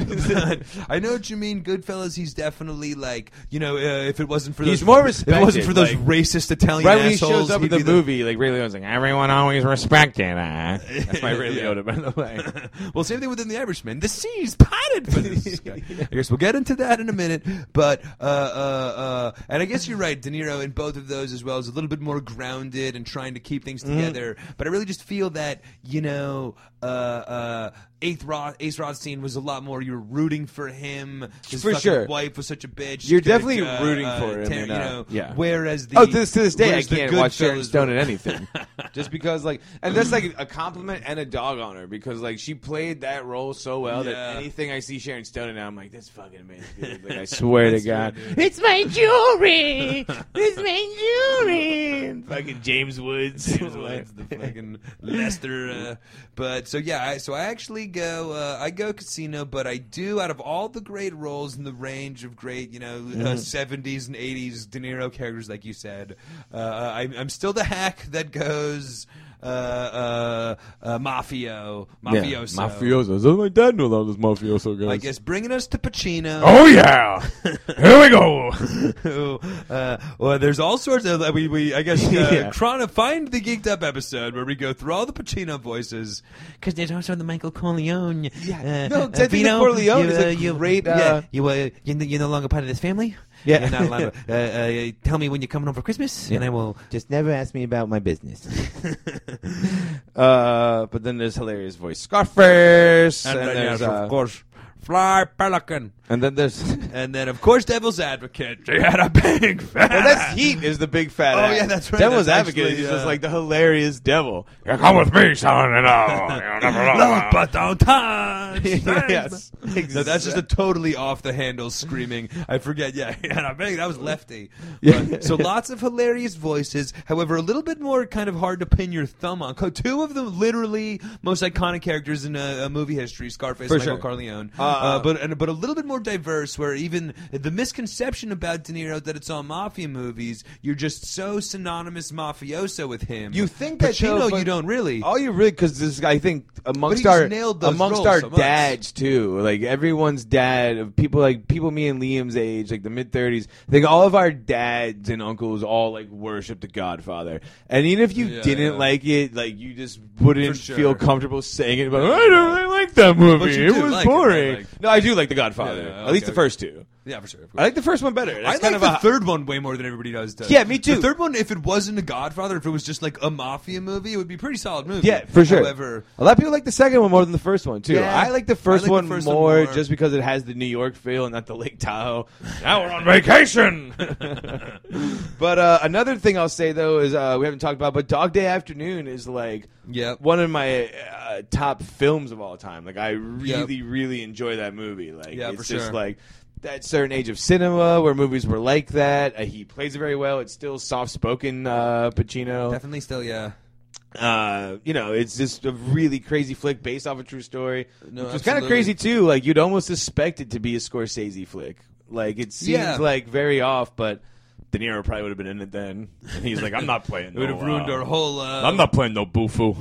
B: I know what you mean, Goodfellas. He's definitely like you know uh, if it wasn't for
A: He's
B: those,
A: more
B: if it wasn't for those
A: respected,
B: racist Italian
A: Right when he
B: assholes,
A: shows up
B: he'd
A: in the
B: be
A: movie, like Ray Liotta's like, everyone always respected. *laughs* Uh. That's my Ray
B: Yeah.
A: Liotta, by the way. *laughs*
B: *laughs* well, same thing within the Irishman. The sea's potted
A: *laughs*
B: for this guy. I guess we'll get into that in a minute. But uh, uh, uh, and I guess you're right. De Niro in both of those as well is a little bit more grounded and trying to keep things
A: Mm-hmm.
B: together. But I really just feel that you know. Uh, uh, Eighth Roth, Ace Rothstein was a lot more. You were rooting for him. His
A: For
B: fucking
A: sure.
B: wife was such a bitch.
A: You're
B: She couldn't
A: definitely
B: uh,
A: rooting
B: uh,
A: for him.
B: Tar-
A: and,
B: you
A: uh,
B: know,
A: yeah.
B: Whereas the
A: oh, this to this day I
B: whereas the
A: can't watch Sharon
B: Goodfellas-
A: Stone in
B: *laughs*
A: anything, just because like, and that's like a compliment and a dog on her because like she played that role so well
B: Yeah.
A: that anything I see Sharon Stone in, I'm like, this fucking amazing. dude." Like I *laughs* swear to
B: That's
A: God,
B: right,
A: it's my
B: *laughs*
A: jewelry, it's my jewelry. And fucking James Woods,
B: James Woods, the fucking Lester. Uh, but so yeah, I, so I actually go. Uh, I go casino, but I do out of all the great roles in the range of great, you know, uh, seventies and eighties De Niro characters, like you said, uh, I, I'm still the hack that goes. Uh, uh, uh, mafio, mafioso.
A: mafioso. So my dad knew all those mafioso guys.
B: I guess bringing us to Pacino.
A: Oh
B: *laughs*
A: yeah, here we go.
B: Who, *laughs* uh, well, there's all sorts of uh, we, we I guess
A: *laughs*
B: uh,
A: Yeah.
B: chrono- find the geeked up episode where we go through all the Pacino voices because there's also the Michael Corleone. Uh,
A: Yeah. No, Ted Vito Corleone is a great, uh,
B: you uh, you you're no longer part of this family.
A: Yeah.
B: you're not allowed. *laughs* To, uh, uh, tell me when you're coming over Christmas, and I will.
A: Just never ask me about my *laughs* business. uh, but then there's hilarious voice Scarface, and, there's, uh,
B: course, Fly Pelican,
A: and then *laughs* there's
B: and then of course Devil's Advocate. *laughs* She had a big fat.
A: well, that's Heat is the big fat.
B: Oh,
A: ass.
B: yeah, that's right,
A: Devil's
B: that's
A: Advocate
B: actually,
A: is
B: uh,
A: just like the hilarious devil.
D: Come with me, son, and I'll, you'll
B: *laughs*
D: never know.
B: Love but don't touch. *laughs*
A: yes,
B: No, that's just a totally off the handle screaming. I forget. Yeah, *laughs* yeah, I think that
A: *laughs*
B: was Lefty.
A: Yeah.
B: But- so lots of hilarious voices. However, a little bit more kind of hard to pin your thumb on. Co- Two of the literally most iconic characters in uh, uh, movie history: Scarface,
A: For
B: Michael
A: sure.
B: Corleone. Uh,
A: Uh,
B: but and, but a little bit more diverse. Where even the misconception about De Niro that it's all mafia movies, you're just so synonymous mafioso with him.
A: You think that
B: Pacino?
A: though, but Oh.
B: you don't really.
A: All you really because this I think amongst
B: But he just
A: our
B: nailed those
A: amongst
B: roles
A: our
B: so much.
A: dads too. Like everyone's dad of people like people me and Liam's age, like the mid thirties. I think all of our dads and uncles all like worship The Godfather. And even if you
B: Yeah,
A: didn't
B: yeah.
A: like it, like you just wouldn't
B: For sure.
A: feel comfortable saying it. But I don't really like that movie.
B: But you
A: it
B: do
A: was
B: like it, right?
A: boring.
B: Like-
A: no, I do like The Godfather.
B: Yeah,
A: At least
B: okay,
A: the first two.
B: yeah, for sure. of course.
A: I like the first one better. That's
B: I
A: kind
B: like
A: of
B: the
A: a,
B: third one way more than everybody does. Does.
A: Yeah, me too.
B: The third one, if it wasn't a Godfather, if it was just like a mafia movie, it would be a pretty solid movie.
A: Yeah, for sure.
B: However,
A: a lot of people like the second one more than the first one too.
B: Yeah.
A: I like the first
B: I like the
A: one
B: first one
A: more,
B: more.
A: just because it has the New York feel and not the Lake Tahoe.
D: Now we're on vacation.
A: but uh, another thing I'll say though is uh, we haven't talked about, but Dog Day Afternoon is like
B: Yep.
A: one of my uh, top films of all time. Like I
B: Yep.
A: really, really enjoy that movie. Like
B: Yeah,
A: it's
B: for
A: just
B: sure.
A: like that certain age of cinema where movies were like that. Uh, he plays it very well. It's still soft spoken uh, Pacino.
B: definitely still, yeah.
A: uh, you know, it's just a really crazy flick based off a true story.
B: No,
A: which was kind of
B: absolutely.
A: crazy too. Like you'd almost suspect it to be a Scorsese flick. Like it seems
B: Yeah.
A: like very off, but De Niro probably would have been in it then. And he's like, I'm not playing.
B: *laughs* It would have
A: no,
B: ruined
A: uh,
B: our whole. Uh,
D: I'm not playing no bufu.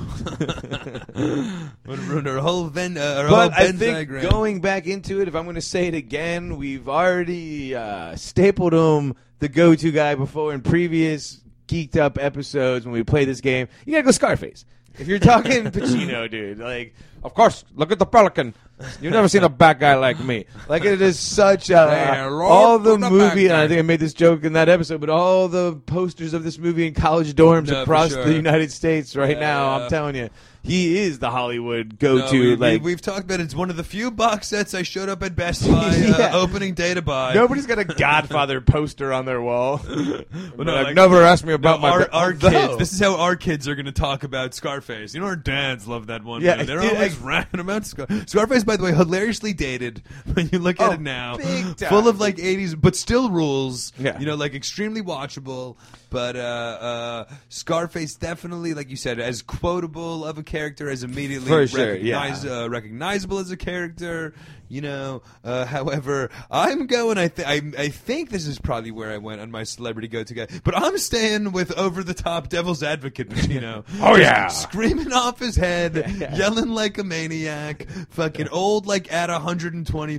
B: Would have ruined our whole Venn. Uh, our whole
A: But I
B: Venn
A: think
B: diagram.
A: going back into it, if I'm going to say it again, we've already uh, stapled him the go-to guy before in previous geeked up episodes when we play this game. You gotta go Scarface. If you're talking
B: *laughs*
A: Pacino, dude, like of course, look at the Pelican. You've never seen a bad guy like me. Like it is such a
B: Yeah, Lord,
A: all the
B: what a bad
A: movie. And
B: guy.
A: I think I made this joke in that episode, but all the posters of this movie in college dorms
B: No, for
A: across
B: sure.
A: the United States right
B: Yeah,
A: now.
B: yeah.
A: I'm telling you, he is the Hollywood
B: No,
A: go-to.
B: we,
A: like
B: we, have talked about it. it's one of the few box sets I showed up at
A: *laughs*
B: Best Buy uh,
A: Yeah.
B: opening day to buy.
A: Nobody's got a Godfather poster on their
B: *laughs*
A: wall. But
B: no,
A: like,
B: like-
A: never asked me
B: No,
A: about my
B: our,
A: ba- *laughs*
B: our
A: Although-
B: kids. This is how our kids are going to talk about Scarface. You know, our dads love that one.
A: Yeah,
B: Yeah, they're
A: dude,
B: always
A: I-
B: ranting about Scar- Scarface. By the way, hilariously dated *laughs* when you look at
A: Oh,
B: it now.
A: big time.
B: Full of like '80s, but still rules.
A: Yeah.
B: you know, like extremely watchable. But uh, uh, Scarface definitely, like you said, as quotable of a character as immediately
A: For sure, yeah.
B: recognize- uh, recognizable as a character. You know, uh, *laughs* however, I'm going. I, th- I I think this is probably where I went on my celebrity go-to guy, but I'm staying with over the top Devil's
A: *laughs*
B: Advocate Pacino.
D: Oh,
B: Just
D: yeah.
B: screaming off his head, yelling like a maniac, fucking old like at 120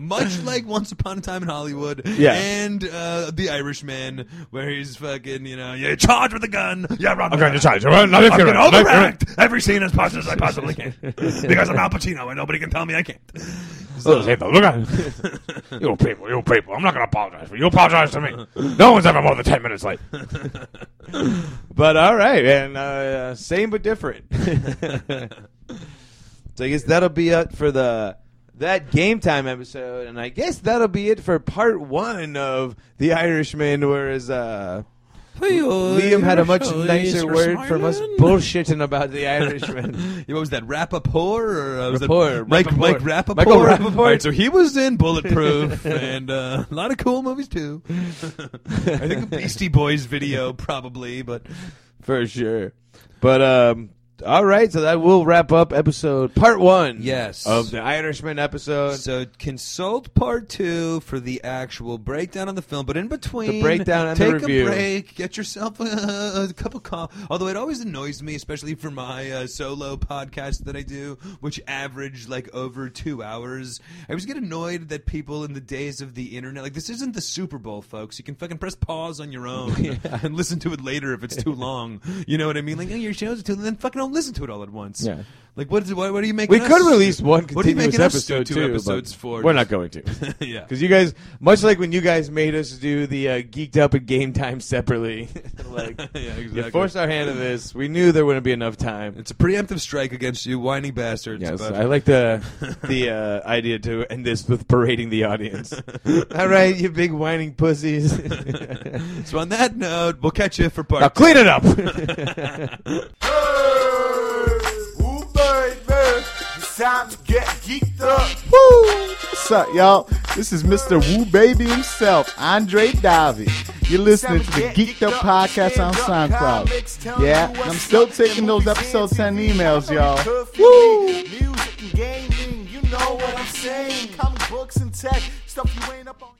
A: *clears throat*
B: much like Once Upon a Time in Hollywood,
A: Yeah.
B: and uh, The Irishman, where he's fucking you know you charge with a gun, you run.
D: I'm
B: with
D: going
B: it.
D: to charge you. Not if
B: I'm
D: you're
B: going to
D: right. Not if you're right.
B: overact every scene as much as I possibly can because I'm Al Pacino and nobody can tell me I can't.
D: Oh, say the- Look at you people, you people. I'm not going to apologize for you. You apologize to me. No one's ever more than 10 minutes late.
A: but all right, and uh, uh,
B: *laughs*
A: same but different. so I guess that'll be it for the that game time episode, and I guess that'll be it for part one of The Irishman. Whereas uh, Liam had a much nicer word from us bullshitting about The
B: *laughs*
A: Irishman.
B: Yeah, What was that? Rappaport or uh, was that
A: Rappaport,
B: Mike
A: Rappaport.
B: Mike Rappaport?
A: Michael Rappaport.
B: All right, so he was
A: *laughs*
B: in Bulletproof and uh, a lot of cool movies too. *laughs* I think a Beastie Boys video probably, but
A: for sure. But um, all right, so that will wrap up episode part one.
B: Yes.
A: of the Irishman episode.
B: So consult part two for the actual breakdown of the film. But in between,
A: The breakdown and the
B: take
A: review.
B: a break, get yourself a, a cup of coffee. Although it always annoys me, especially for my uh, solo podcast that I do, which average like over two hours. I always get annoyed that people in the days of the internet, like this isn't the Super Bowl, folks. You can fucking press pause on
A: *laughs*
B: your own and listen to it later if it's too long. You know what I mean? Like oh, your show's too, then fucking don't listen to it all at once.
A: Yeah.
B: Like what is what, what are you making?
A: we could
B: us-
A: release one
B: what are you
A: continuous
B: making us do
A: episode
B: two
A: too,
B: episodes
A: but
B: for?
A: We're not going to.
B: *laughs* yeah.
A: Because you guys, much like when you guys made us do the uh, geeked up and game time separately, *laughs* like
B: *laughs* yeah, exactly.
A: you forced our hand to this. We knew there wouldn't be enough time.
B: it's a preemptive strike against you, whiny bastards.
A: Yes,
B: but-
A: I like
B: *laughs*
A: the the uh, idea to end this with parading the
B: *laughs*
A: audience. All right, you big whining pussies.
B: so on that note, we'll catch you for part.
A: now
B: two.
A: clean it up.
C: Woo, baby. It's time to get geeked up.
E: What's up, y'all? This is Mr. Woo Baby himself, Andre Davi. You're listening to the Geeked Up Podcast on SoundCloud. Yeah, and I'm still taking those episode 10 emails, y'all.
C: Woo! Music and gaming, you know what I'm saying. Comic books and tech, stuff you ain't up on.